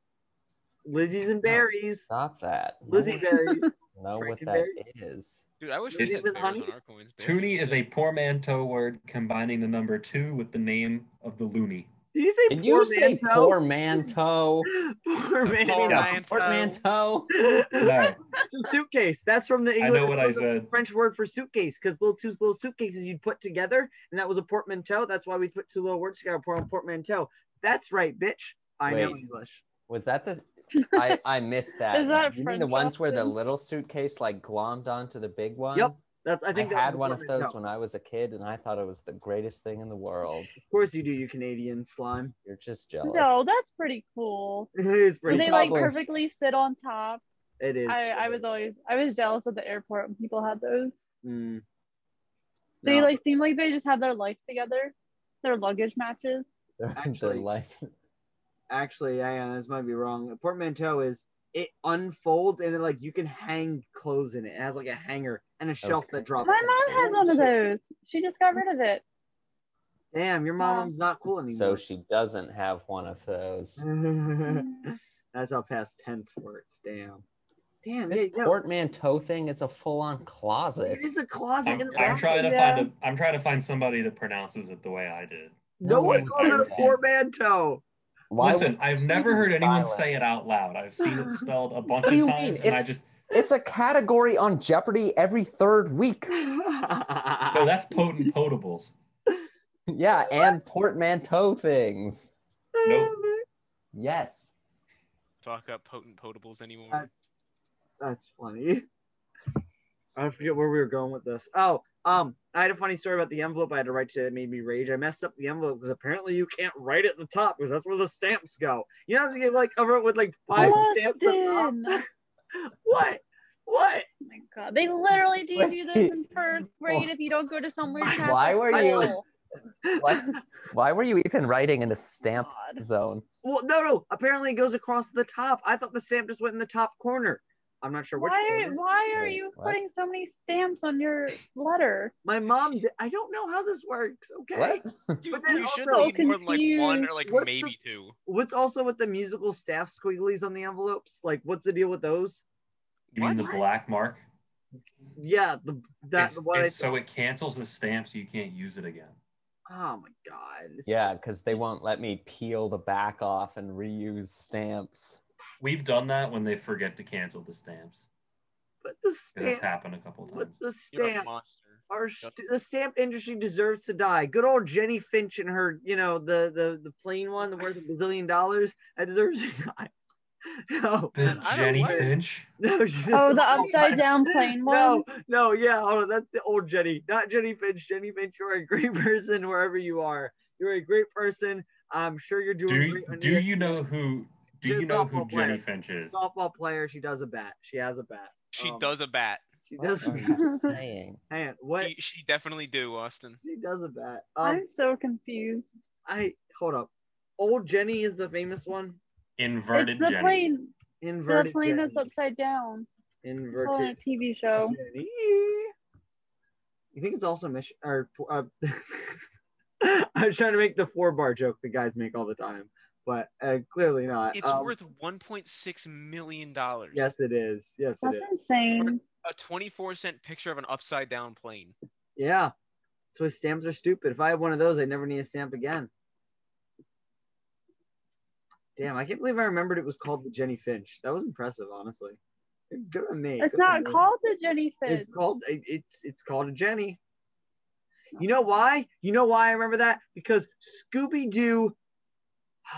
S2: Lizzie's and berries,
S5: Stop that. No
S2: Lizzie
S5: one
S2: berries.
S5: know what that
S2: Frankenberry?
S5: is.
S4: Dude, I wish we
S6: It's-
S4: had bears on our
S2: Honeys?
S4: coins. Bears
S6: Toonie is a
S4: shit.
S6: poor man toe word combining the number two with the name of the loony.
S2: Did you say
S5: Did
S2: poor
S5: you say
S2: manto?
S5: poor man toe?
S2: Poor man.
S4: Poor
S6: Yes.
S5: Portmanteau.
S6: No,
S2: it's a suitcase. That's from the
S6: I
S2: English.
S6: know what I
S2: that's from the
S6: said.
S2: French word for suitcase, because little two little suitcases you'd put together, and that was a portmanteau. That's why we put two little words together, port- portmanteau. That's right, bitch. I know
S5: Wait.
S2: English.
S5: Was that the? I I missed that.
S3: Is that
S5: you mean
S3: French,
S5: the ones where the
S3: Austin?
S5: little suitcase like glommed onto the big one?
S2: Yep, That's I think
S5: I
S2: that
S5: had
S2: was
S5: one of those
S2: portmanteau.
S5: when I was a kid, and I thought it was the greatest thing in the world.
S2: Of course you do, you Canadian slime.
S5: You're just jealous.
S3: No, that's pretty cool.
S2: It is
S3: When
S2: pretty.
S3: they
S2: cool.
S3: like
S5: Probably.
S3: perfectly fit on top.
S2: it is.
S3: I, I was always I was jealous at the airport when people had those.
S2: Mm.
S3: They
S2: No.
S3: like seem like they just have their life together. Their luggage matches.
S5: Their- their
S2: Actually-
S5: life.
S2: actually, I uh, this might be wrong. A portmanteau is it unfolds and it like you can hang clothes in it. It has like a hanger and a shelf
S5: Okay.
S2: that drops.
S3: My
S2: down. Oh,
S3: mom has one of those. She just got rid of it.
S2: Damn, your mom's not cool
S5: So
S2: anymore.
S5: she doesn't have one of those.
S2: Mm,
S3: Oh
S2: That's how past tense works. Damn. Damn.
S5: This
S2: yeah, yeah.
S5: portmanteau thing is a full-on closet.
S2: It is a closet. in
S6: I'm,
S2: the
S6: I'm
S2: bathroom.
S6: trying to
S3: Yeah.
S6: find a I'm trying to find somebody that pronounces it the way I did.
S2: No, one calls it a
S5: does that.
S2: portmanteau.
S5: Why
S6: Listen,
S5: would-
S6: I've never heard anyone say it out loud. I've seen it spelled a bunch
S5: do you
S6: of
S5: mean?
S6: times, and I
S5: It's-
S6: just
S5: It's a category on Jeopardy every third week.
S6: no. That's potent potables.
S5: Yeah, and portmanteau things.
S6: Nope.
S5: Yes.
S4: Talk up potent potables anymore.
S2: That's that's funny. I forget where we were going with this. Oh, um, I had a funny story about the envelope I had to write today that made me rage. I messed up the envelope because apparently you can't write at the top because that's where the stamps go. You have to get like cover it with like five stamps at the
S3: Austin! Oh
S2: top. What? What?
S3: my god. They literally teach you this in first grade if you don't go to somewhere. halfway
S5: Why were you-
S3: full.
S5: Why, why were you even writing in a stamp
S3: God.
S5: zone?
S2: Well, no, no. Apparently it goes across the top. I thought the stamp just went in the top corner. I'm not sure which.
S3: Why are,
S2: one.
S3: why are
S7: Wait,
S3: you
S7: what?
S3: putting so many stamps on your letter?
S2: My mom. Did, I don't know how this works. Okay.
S5: What?
S4: You,
S2: Uh, But then
S4: you should
S2: also-
S4: need more than like one or like
S2: What's
S4: maybe
S2: this-
S4: two.
S2: What's also with the musical staff squigglies on the envelopes? Like, what's the deal with those?
S6: You mean the
S4: What?
S6: black mark?
S2: Yeah, the that's
S6: It's-
S2: what I.
S6: it's- so it cancels the stamp, so you can't use it again.
S2: oh my god. It's-
S5: Yeah, because they won't let me peel the back off and reuse stamps.
S6: We've done that when they forget to cancel the stamps.
S2: But the
S6: 'cause That's
S2: stamp.
S6: happened a couple
S2: But
S6: times.
S2: the
S4: You're a
S2: stamp.
S4: monster.
S2: Our st- the stamp industry deserves to die. Good old Jenny Finch and her, you know, the the the plain one, the worth a bazillion dollars. That deserves to die. No,
S6: The
S4: don't
S6: Jenny
S4: like it.
S6: Finch.
S2: no. she
S3: Oh,
S2: doesn't-
S3: the upside down plain one.
S2: No, um, no, yeah, oh, that's the old Jenny, not Jenny Finch. Jenny Finch, you're a great person wherever you are. You're a great person. I'm sure you're doing.
S6: Do
S2: great on
S6: do
S2: your-
S6: you know who? Do
S2: She's
S6: you know who
S2: softball player.
S6: Jenny Finch is?
S2: softball player? She does a bat. She has a bat.
S4: She
S2: Um,
S4: does a bat.
S2: She does
S6: Oh,
S2: a
S5: What are
S2: bat.
S5: you saying?
S2: Man, what?
S4: She, she definitely do, Austin.
S2: She does a bat. Um,
S3: I'm so confused.
S2: I hold up. Old Jenny is the famous one.
S6: Inverted
S3: it's the
S6: Jenny.
S3: plane. The
S2: Inverted
S3: plane
S2: Jenny.
S3: that's upside down. It's on a
S2: Inverted
S3: TV show.
S2: Jenny. You think it's also mission or uh, I was trying to make the four bar joke the guys make all the time, but uh, clearly not.
S4: It's
S2: Um,
S4: worth 1.6 million dollars.
S2: Yes, it is. Yes, it
S3: That's
S2: is.
S3: insane.
S4: A 24 cent picture of an upside down plane.
S2: Yeah. That's why stamps are stupid. If I had one of those, I'd never need a stamp again. Damn, I can't believe I remembered it was called the Jenny Finch. That was impressive, honestly. Good on me.
S3: It's
S2: Good on
S3: not
S2: me.
S3: called the Jenny Fish.
S2: It's called it- it's it's called a Jenny. You
S3: Oh.
S2: know why? You know why I remember that? Because Scooby Doo.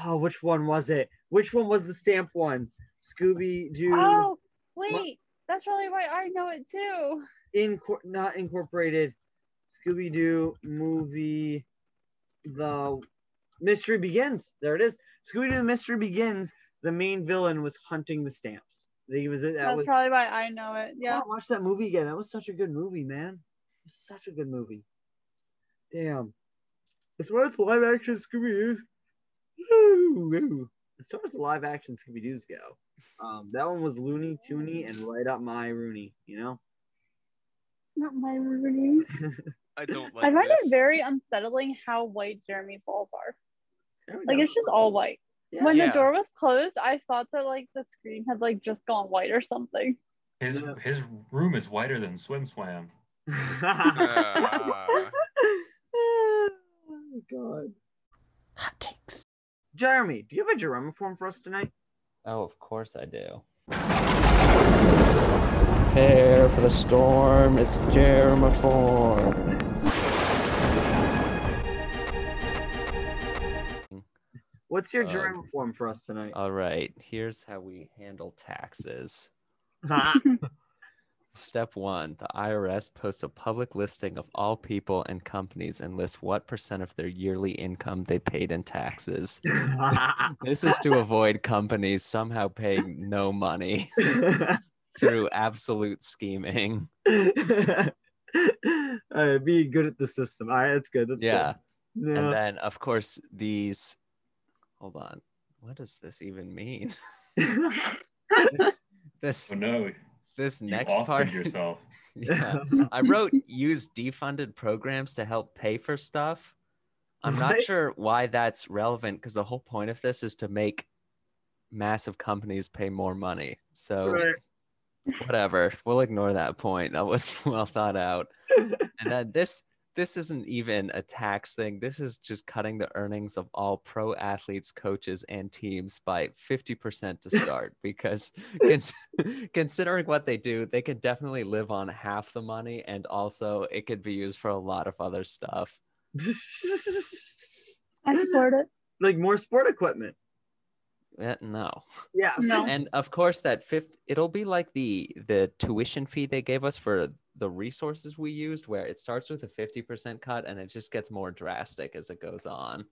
S2: Oh, which one was it? Which one was the stamp one? Scooby Doo
S3: Oh, wait. That's probably why I know it too.
S2: incor- not incorporated. Scooby Doo movie. The mystery begins. There it is. Scooby Doo: The Mystery Begins. The main villain was hunting the stamps. He was that
S3: That's
S2: was. Oh.
S3: probably why I know it.
S2: I
S3: Yeah.
S2: want to watch that movie again. That was such a good movie, man. It was such a good movie. Damn. As far as live action Scooby Doo's, as far as the live action Scooby Doo's go, um, that one was Looney Tooney and right up my Rooney, you know?
S3: Not my room.
S4: I don't like
S3: I find
S4: this.
S3: it very unsettling how white Jeremy's walls are.
S2: There we
S3: Like
S2: go.
S3: it's just all white.
S2: Yeah.
S3: When
S4: Yeah.
S3: the door was closed, I thought that like the screen had like just gone white or something.
S6: His
S2: Yeah.
S6: his room is whiter than Swim Swam.
S4: Uh,
S2: oh, God.
S1: Hot takes.
S2: Jeremy, do you have a Jeremy form for us tonight?
S5: Oh, of course I do.
S7: Prepare for the storm. It's Jeremiform.
S2: What's your
S5: Uh,
S2: Jeremy form for us tonight?
S5: All right, here's how we handle taxes. Step one the IRS posts a public listing of all people and companies and lists what percent of their yearly income they paid in taxes. This is to avoid companies somehow paying no money through absolute scheming.
S2: uh, being good at the system. All right, that's good. That's
S5: Yeah.
S2: Good. Yeah.
S5: And then, of course, these. Hold on. What does this even mean? This
S6: Oh no,
S5: this
S6: you
S5: next
S6: Austin
S5: part.
S6: yourself.
S5: Yeah. I wrote use defunded programs to help pay for stuff. I'm not
S2: Right.
S5: sure why that's relevant because the whole point of this is to make massive companies pay more money. So
S2: Right.
S5: whatever, we'll ignore that point. That was well thought out. And then this this isn't even a tax thing. This is just cutting the earnings of all pro athletes, coaches, and teams by 50% to start because cons- considering what they do, they could definitely live on half the money and also it could be used for a lot of other stuff.
S3: I support it.
S2: like more sport equipment.
S5: Eh, no.
S2: Yeah.
S3: No.
S5: And of course that fifth it'll be like the the tuition fee they gave us for the resources we used where it starts with a 50% cut and it just gets more drastic as it goes on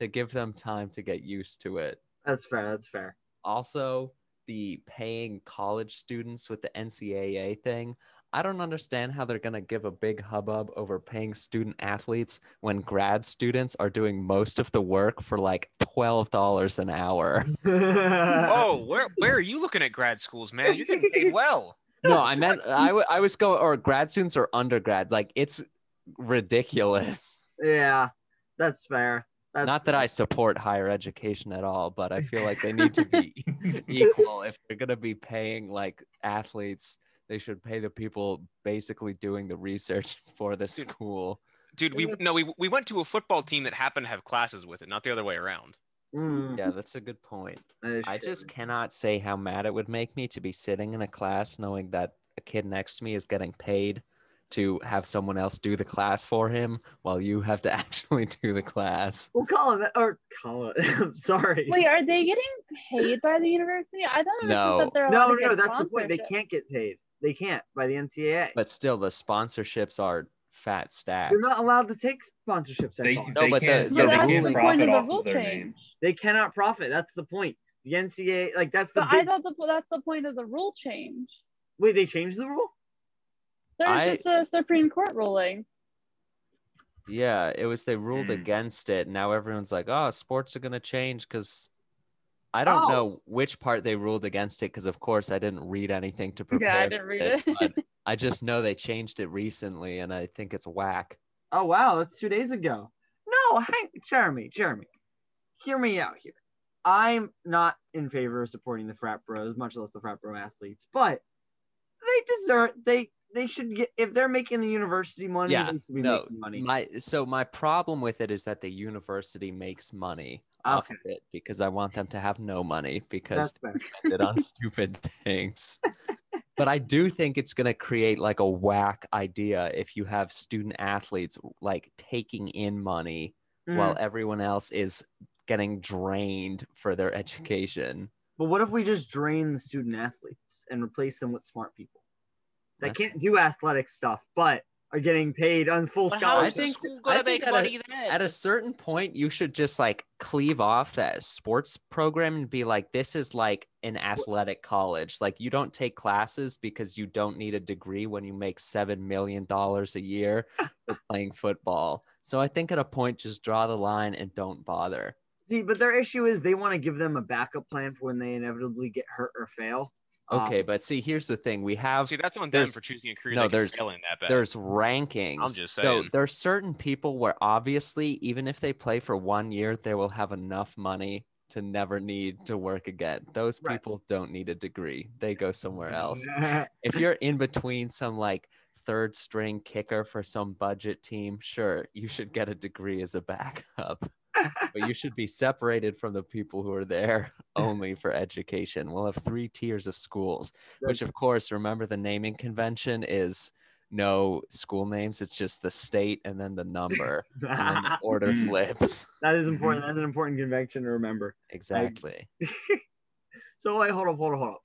S5: to give them time to get used to it.
S2: That's fair. That's fair.
S5: also the paying college students with the NCAA thing. I don't understand how they're going to give a big hubbub over paying student athletes when grad students are doing most of the work for like $12 an hour.
S4: Oh, where where are you looking at grad schools, man? You're getting paid well.
S5: No, I meant I, w- I was going or grad students or undergrad. Like it's ridiculous.
S2: yeah, that's fair. That's
S5: Not that I support higher education at all, but I feel like they need to be equal. If they're going to be paying like athletes, they should pay the people basically doing the research for the school.
S4: Dude, we no, we we went to a football team that happened to have classes with it, not the other way around.
S2: Mm,
S5: Yeah, that's a good point.
S2: that is
S5: I
S2: true.
S5: just cannot say how mad it would make me to be sitting in a class knowing that a kid next to me is getting paid to have someone else do the class for him while you have to actually do the class.
S2: We'll call it that- or call it. I'm sorry.
S3: Wait, are they getting paid by the university? I thought it was
S5: No.
S3: just that they're allowed
S2: no,
S3: to
S2: no,
S3: get
S2: that's the point. They
S3: sponsorships.
S2: can't get paid. They can't by the NCAA.
S5: But still, the sponsorships are fat stacks.
S2: They're not allowed to take sponsorships. They,
S6: They, they
S5: No, but the-
S6: can't,
S5: But
S6: yeah,
S5: that's
S6: they
S5: the
S6: can't
S5: point
S3: of
S6: profit
S3: the
S6: off
S3: rule
S6: of their
S3: change.
S6: name.
S2: they cannot profit. That's the point. The NCAA, like that's the
S3: But I
S2: big.
S3: thought the, that's the point of the rule change.
S2: Wait, they changed the rule?
S3: There's
S5: I-
S3: just a Supreme Court ruling.
S5: Yeah, it was they ruled
S6: Hmm.
S3: Mm.
S5: against it. Now everyone's like, oh, sports are going to change because I don't
S2: Oh.
S5: know which part they ruled against it because, of course, I didn't read anything to prepare.
S3: Yeah, I
S5: for
S3: didn't read
S5: this,
S3: it.
S5: but I just know they changed it recently and I think it's whack.
S2: Oh wow, that's two days ago. No, hang, Jeremy, Jeremy, hear me out here. I'm not in favor of supporting the frat bros, much less the frat bro athletes, but they deserve. They they should get if they're making the university money.
S5: Yeah,
S2: they should be
S5: no,
S2: making money.
S5: My so my problem with it is that the university makes money off of it because I want them to have no money because
S2: That's fair.
S5: they spend it on stupid things. But I do think it's going to create like a whack idea if you have student athletes like taking in money
S2: Mm.
S5: while everyone else is getting drained for their education.
S2: But what if we just drain the student athletes and replace them with smart people that
S5: That's-
S2: can't do athletic stuff but are getting paid on full
S4: But how
S5: I
S4: is
S2: scholarship?
S4: the
S5: think-
S4: school
S5: I
S4: gonna
S5: think
S4: make
S5: at a-
S4: money then?
S5: at a certain point you should just like cleave off that sports program and be like this is like an athletic college like you don't take classes because you don't need a degree when you make 7 million dollars a year for playing football so i think at a point just draw the line and don't bother
S2: See, but their issue is they want to give them a backup plan for when they inevitably get hurt or fail. Um,
S5: okay but see here's the thing we have
S4: See, that's on them
S5: there's-
S4: for choosing a career
S5: no,
S4: that can
S5: there's-
S4: fail in that bad.
S5: there's rankings.
S4: I'm just
S5: So
S4: saying.
S5: there's certain people where obviously, even if they play for one year, they will have enough money to never need to work again. Those
S2: Right.
S5: people don't need a degree. They go somewhere else. If you're in between some like third string kicker for some budget team, sure, you should get a degree as a backup. but you should be separated from the people who are there only for education. We'll have three tiers of schools, which of course, remember the naming convention is no school names, it's just the state and then the number and then the order Mm-hmm.
S6: Mm.
S5: flips.
S2: that is important. That's an important convention to remember.
S5: Exactly.
S2: So wait, hold up, hold up, hold up.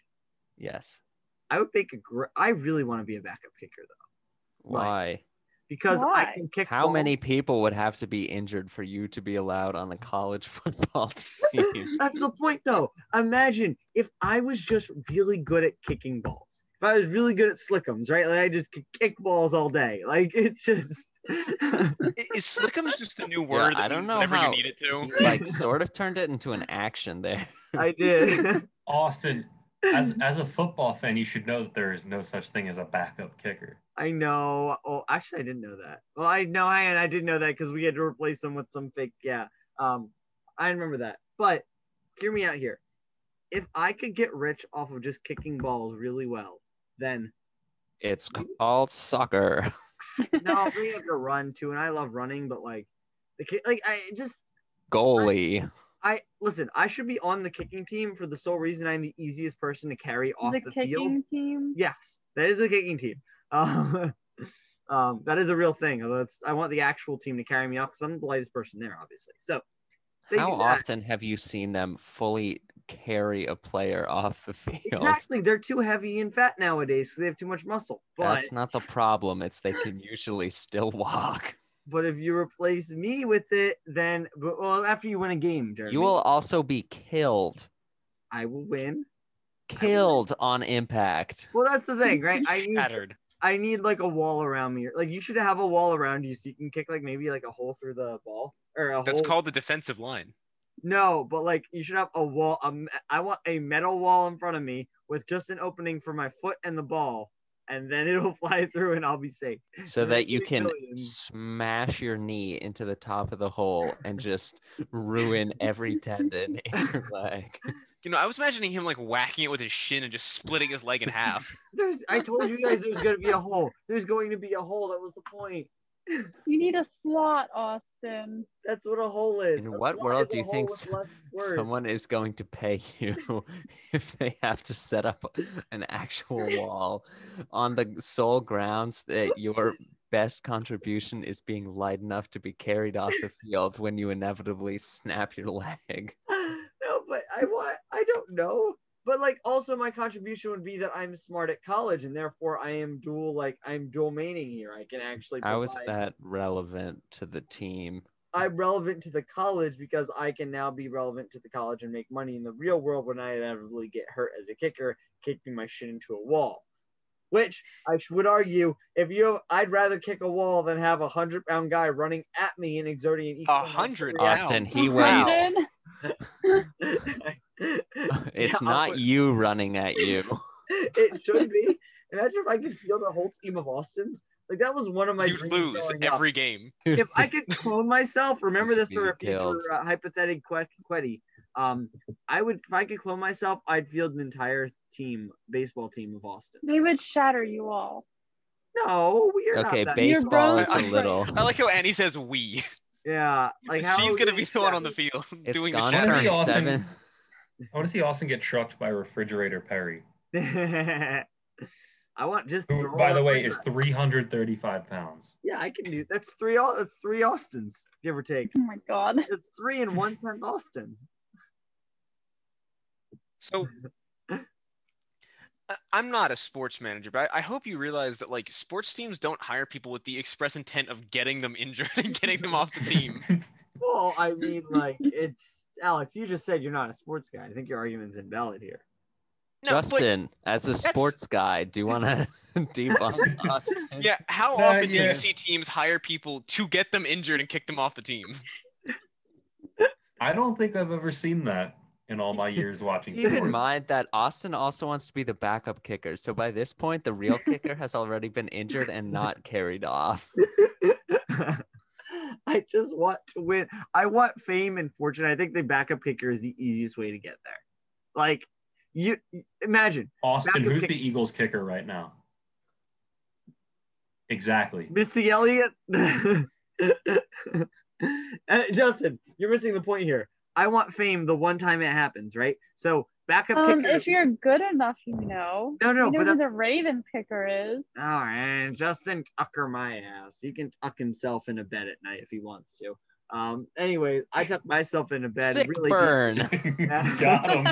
S5: Yes.
S2: I would make a great. I really want to be a backup kicker though,
S5: Why?
S2: because I
S3: Why?
S2: can kick.
S5: How
S2: ball.
S5: many people would have to be injured for you to be allowed on a college football team?
S2: That's the point, though. Imagine if I was just really good at kicking balls. If I was really good at slickums, right? Like I just could kick balls all day. Like it's just.
S4: I- Is slickums just a new
S5: Yeah,
S4: word? that
S5: I don't
S4: means
S5: know
S4: whenever
S5: how-
S4: you need it to.
S5: You, like sort of turned it into an action there.
S2: I did.
S6: Austin, as
S5: Hmm.
S6: as a football fan, you should know that there is no such thing as a backup kicker.
S2: I know. Oh, actually, I didn't know that. Well, I know, I and I did know that because we had to replace them with some fake. Yeah, um, I remember that. But hear me out here. If I could get rich off of just kicking balls really well, then
S5: It's called soccer.
S2: no, we have to run too, and I love running, but like, the ki- like I just
S5: Goalie.
S2: I listen. I should be on the kicking team for the sole reason I'm the easiest person to carry off
S3: the
S2: the, field.
S3: kicking team.
S2: Yes, that is the kicking team. Um, um, that is a real thing. Although it's, I want the actual team to carry me off because I'm the lightest person there, obviously. So they
S5: How
S2: do that.
S5: often have you seen them fully carry a player off the field?
S2: Exactly, they're too heavy and fat nowadays, so they have too much muscle. But
S5: That's not the problem. It's they can usually still walk.
S2: but if you replace me with it, then but, well after you win a game, Jeremy,
S5: You will also be killed.
S2: I will win.
S5: Killed on impact.
S2: Well, that's the thing, right? I need
S4: Shattered.
S2: I need like a wall around me. Like you should have a wall around you so you can kick like maybe like a hole through the ball or a
S4: That's
S2: hole.
S4: called the defensive line.
S2: No, but like you should have a wall. A, me- I want a metal wall in front of me with just an opening for my foot and the ball, and then it'll fly through and I'll be safe.
S5: so that you can
S2: Millions.
S5: smash your knee into the top of the hole and just ruin every tendon in your leg.
S4: You know, I was imagining him like whacking it with his shin and just splitting his leg in half.
S2: There's. I told you guys there's gonna be a hole. There's going to be a hole. That was the point.
S3: You need a slot, Austin.
S2: That's what a hole is.
S5: In
S2: A
S5: what
S2: slot
S5: world
S2: is
S5: do
S2: a
S5: you
S2: hole
S5: think
S2: with
S5: so-
S2: less words.
S5: Someone is going to pay you if they have to set up an actual wall on the sole grounds that your best contribution is being light enough to be carried off the field when you inevitably snap your leg.
S2: no, but I want. I don't know. But like, also my contribution would be that I'm smart at college, and therefore I am dual. Like I'm dual maining here. I can actually.
S5: How is
S2: provide-
S5: that relevant to the team?
S2: I'm relevant to the college because I can now be relevant to the college and make money in the real world when I inevitably get hurt as a kicker, kicking my shit into a wall. Which I sh- would argue, if you, have, I'd rather kick a wall than have a hundred pound guy running at me and exerting an equal.
S4: A
S2: amount of
S4: hundred
S2: force.
S5: Austin, he
S4: Wow.
S5: weighs.
S3: Austin,
S5: It's
S2: Yeah,
S5: not
S2: but-
S5: you running at you.
S2: it should be. Imagine if I could field a whole team of Austins. Like that was one of my
S4: You'd
S2: dreams
S4: lose
S2: growing up.
S4: every game.
S2: if I could clone myself, remember this for a
S5: Be killed.
S2: future uh, hypothetical que- quetty. Um, I would if I could clone myself, I'd field an entire team, baseball team of Austin.
S3: they would shatter you all.
S2: No, we are
S5: Okay,
S2: not that.
S3: base-
S5: baseball
S3: You're
S5: is a
S4: bro-
S5: little.
S4: I like how Annie says "we."
S2: yeah, like how
S4: She's
S2: are
S4: gonna
S2: we
S4: be the one on the
S2: savvy?
S4: field
S5: It's
S4: doing
S5: gone
S4: the
S6: Isn't
S4: shattering.
S6: he
S5: turn
S6: awesome?
S5: seven.
S6: I want to see Austin get trucked by refrigerator Perry,
S2: I want just.
S6: who,
S2: throw
S6: by
S2: it
S6: the
S2: up my
S6: way, is
S2: butt.
S6: 335 pounds.
S2: Yeah, I can do. That's three. All that's three Austins, give or take.
S3: Oh my god.
S2: It's three and one tenth Austin.
S4: So I- I'm not a sports manager, but I I hope you realize that like sports teams don't hire people with the express intent of getting them injured and getting them off the team.
S2: Well, I mean, like it's Alex. You just said you're not a sports guy. I think your argument's invalid here.
S4: No, but-
S5: Justin, as a sports guy, do you want to debunk us?
S4: Yeah, how
S6: No,
S4: often do
S6: yeah.
S4: you see teams hire people to get them injured and kick them off the team?
S6: I don't think I've ever seen that in all my years watching
S5: Keep in
S6: sports.
S5: mind that Austin also wants to be the backup kicker. So by this point, the real kicker has already been injured and not carried off.
S2: I just want to win. I want fame and fortune. I think the backup kicker is the easiest way to get there. Like you imagine
S6: Austin,
S2: Backup
S6: who's
S2: kick-
S6: the Eagles kicker right now? Exactly.
S2: Missy Elliott. Uh, Justin, you're missing the point here. I want fame the one time it happens, right? So backup
S3: Um,
S2: kicker.
S3: if you're good enough, you know.
S2: No, no,
S3: you know
S2: but
S3: who the
S2: that's-
S3: Ravens kicker is.
S2: All right, Justin Tucker, my ass. He can tuck himself in a bed at night if he wants to. Um. Anyway, I tuck myself in a bed.
S5: Sick
S2: really deep.
S5: burn.
S6: Got him.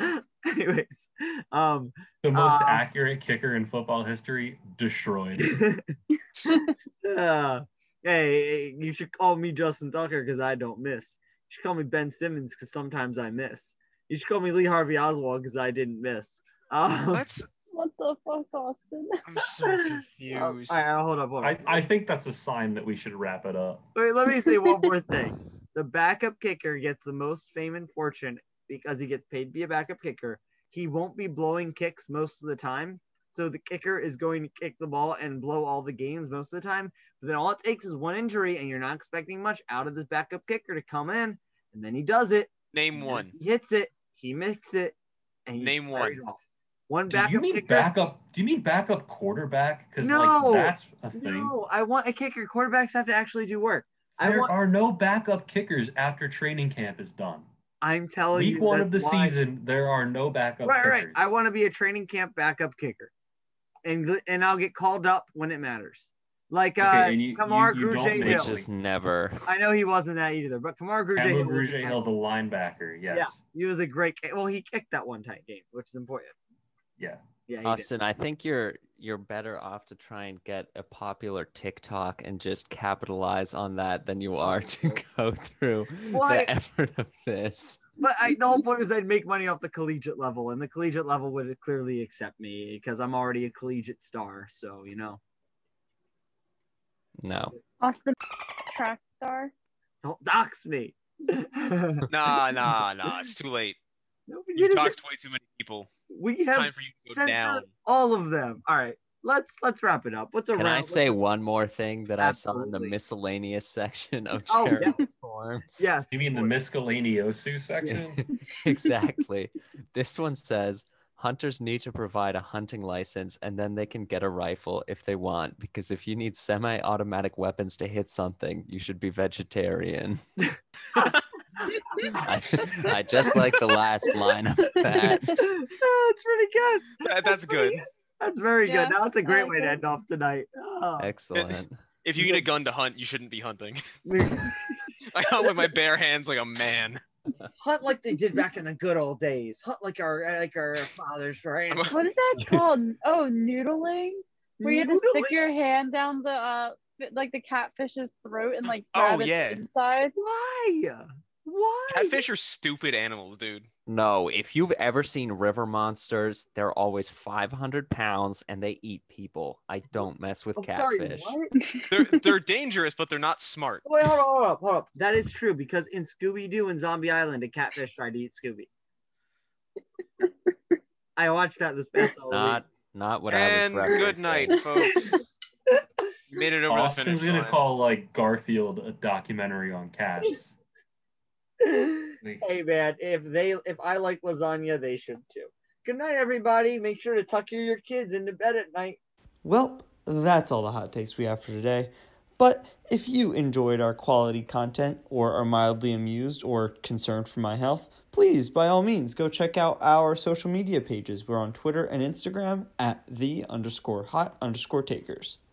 S2: Anyways, um,
S6: the most
S2: Uh,
S6: accurate kicker in football history destroyed.
S2: uh, hey, you should call me Justin Tucker because I don't miss. You should call me Ben Simmons because sometimes I miss. You should call me Lee Harvey Oswald because I didn't miss. Um,
S4: That's
S3: What the fuck, Austin?
S4: I'm
S2: Oh,
S4: so
S2: all
S4: confused.
S2: right, hold up, hold
S6: I,
S2: up.
S6: I think that's a sign that we should wrap it up.
S2: Wait, let me say one more thing. The backup kicker gets the most fame and fortune because he gets paid to be a backup kicker. He won't be blowing kicks most of the time. So the kicker is going to kick the ball and blow all the games most of the time. But then all it takes is one injury, and you're not expecting much out of this backup kicker to come in. And then he does it.
S4: Name
S2: and then
S4: one.
S2: He hits it. He makes it. And he's
S4: Name
S2: carried
S4: one.
S2: Off. One
S6: Do
S2: backup
S6: you mean
S2: kicker.
S6: backup? Do you mean backup quarterback? Because
S2: No.
S6: like that's a thing.
S2: no, I want a kicker. Quarterbacks have to actually do work. I
S6: There
S2: want-
S6: are no backup kickers after training camp is done.
S2: I'm telling you.
S6: Week one of the
S2: that's why-
S6: season, there are no backup
S2: right, right.
S6: kickers.
S2: I want to be a training camp backup kicker, and gl- and I'll get called up when it matters. Like uh,
S6: Okay, and you-
S2: Kamar
S6: you- you don't
S2: Grugier
S6: make-
S2: Hill.
S5: Which is never.
S2: I know he wasn't that either, but Kamar Grugier
S6: Camu
S2: Hill. was a
S6: Grugier
S2: great-
S6: Hill, the linebacker. Yes.
S2: Yeah, he was a great. ki- Well, he kicked that one tight game, which is important.
S6: Yeah.
S2: Yeah, he did.
S5: Austin, I think you're you're better off to try and get a popular TikTok and just capitalize on that than you are to go through
S2: Why-
S5: the effort of this.
S2: but I, the whole point was I'd make money off the collegiate level, and the collegiate level would clearly accept me because I'm already a collegiate star. So you know,
S5: No.
S3: Austin track star.
S2: don't dox me. no,
S4: Nah, nah, nah. It's too late.
S2: we
S4: You
S2: didn't-
S4: talked way too many people.
S2: we
S4: Time
S2: have
S4: for you to go down.
S2: censored all of them. All right, let's let's wrap it up. What's a
S5: Can I
S2: round?
S5: say one more thing that I saw in the
S2: Absolutely.
S5: miscellaneous section of
S2: Oh,
S5: Jeremy
S2: yes.
S5: Forms?
S2: Yes.
S6: You mean the miscellaneosu section?
S5: exactly. This one says hunters need to provide a hunting license and then they can get a rifle if they want because if you need semi-automatic weapons to hit something, you should be vegetarian. I, I just like the last line of that.
S2: that's pretty good.
S4: That- that's
S2: pretty
S4: good.
S2: That's very
S3: Yeah,
S2: good. Now that's a
S3: I
S2: great
S3: like
S2: way to
S3: that.
S2: end off tonight. Oh.
S5: Excellent.
S4: If you need a gun to hunt, you shouldn't be hunting.
S2: Hunt
S4: I hunt with my bare hands like a man.
S2: like they did back in the good old days. Hunt like our like our fathers for
S4: I'm
S3: What is that called? Oh, noodling. Where you had to stick your hand down the uh fi- like the catfish's throat and like
S4: Oh,
S3: grab its
S4: yeah.
S3: inside.
S2: Why? Why?
S4: Catfish are stupid animals, dude.
S5: No, if you've ever seen river monsters, they're always 500 pounds and they eat people. I don't mess with
S2: I'm
S5: catfish.
S2: sorry. What?
S4: They're they're dangerous, but they're not smart.
S2: Wait, hold up, hold up, hold up. That is true because in Scooby Doo and Zombie Island, a catfish tried to eat Scooby. I watched that this past Halloween.
S5: Not not what
S4: and
S5: I was referencing.
S4: good night, folks. We made it over the
S6: Austin's
S4: finish
S6: gonna
S4: line.
S6: call like Garfield a documentary on cats. Like,
S2: hey man, if they if I like lasagna, they should too. Good night, everybody. Make sure to tuck your, your kids into bed at night.
S8: Well, that's all the hot takes we have for today. But if you enjoyed our quality content or are mildly amused or concerned for my health, please, by all means, go check out our social media pages. We're on Twitter and Instagram at the underscore hot underscore takers.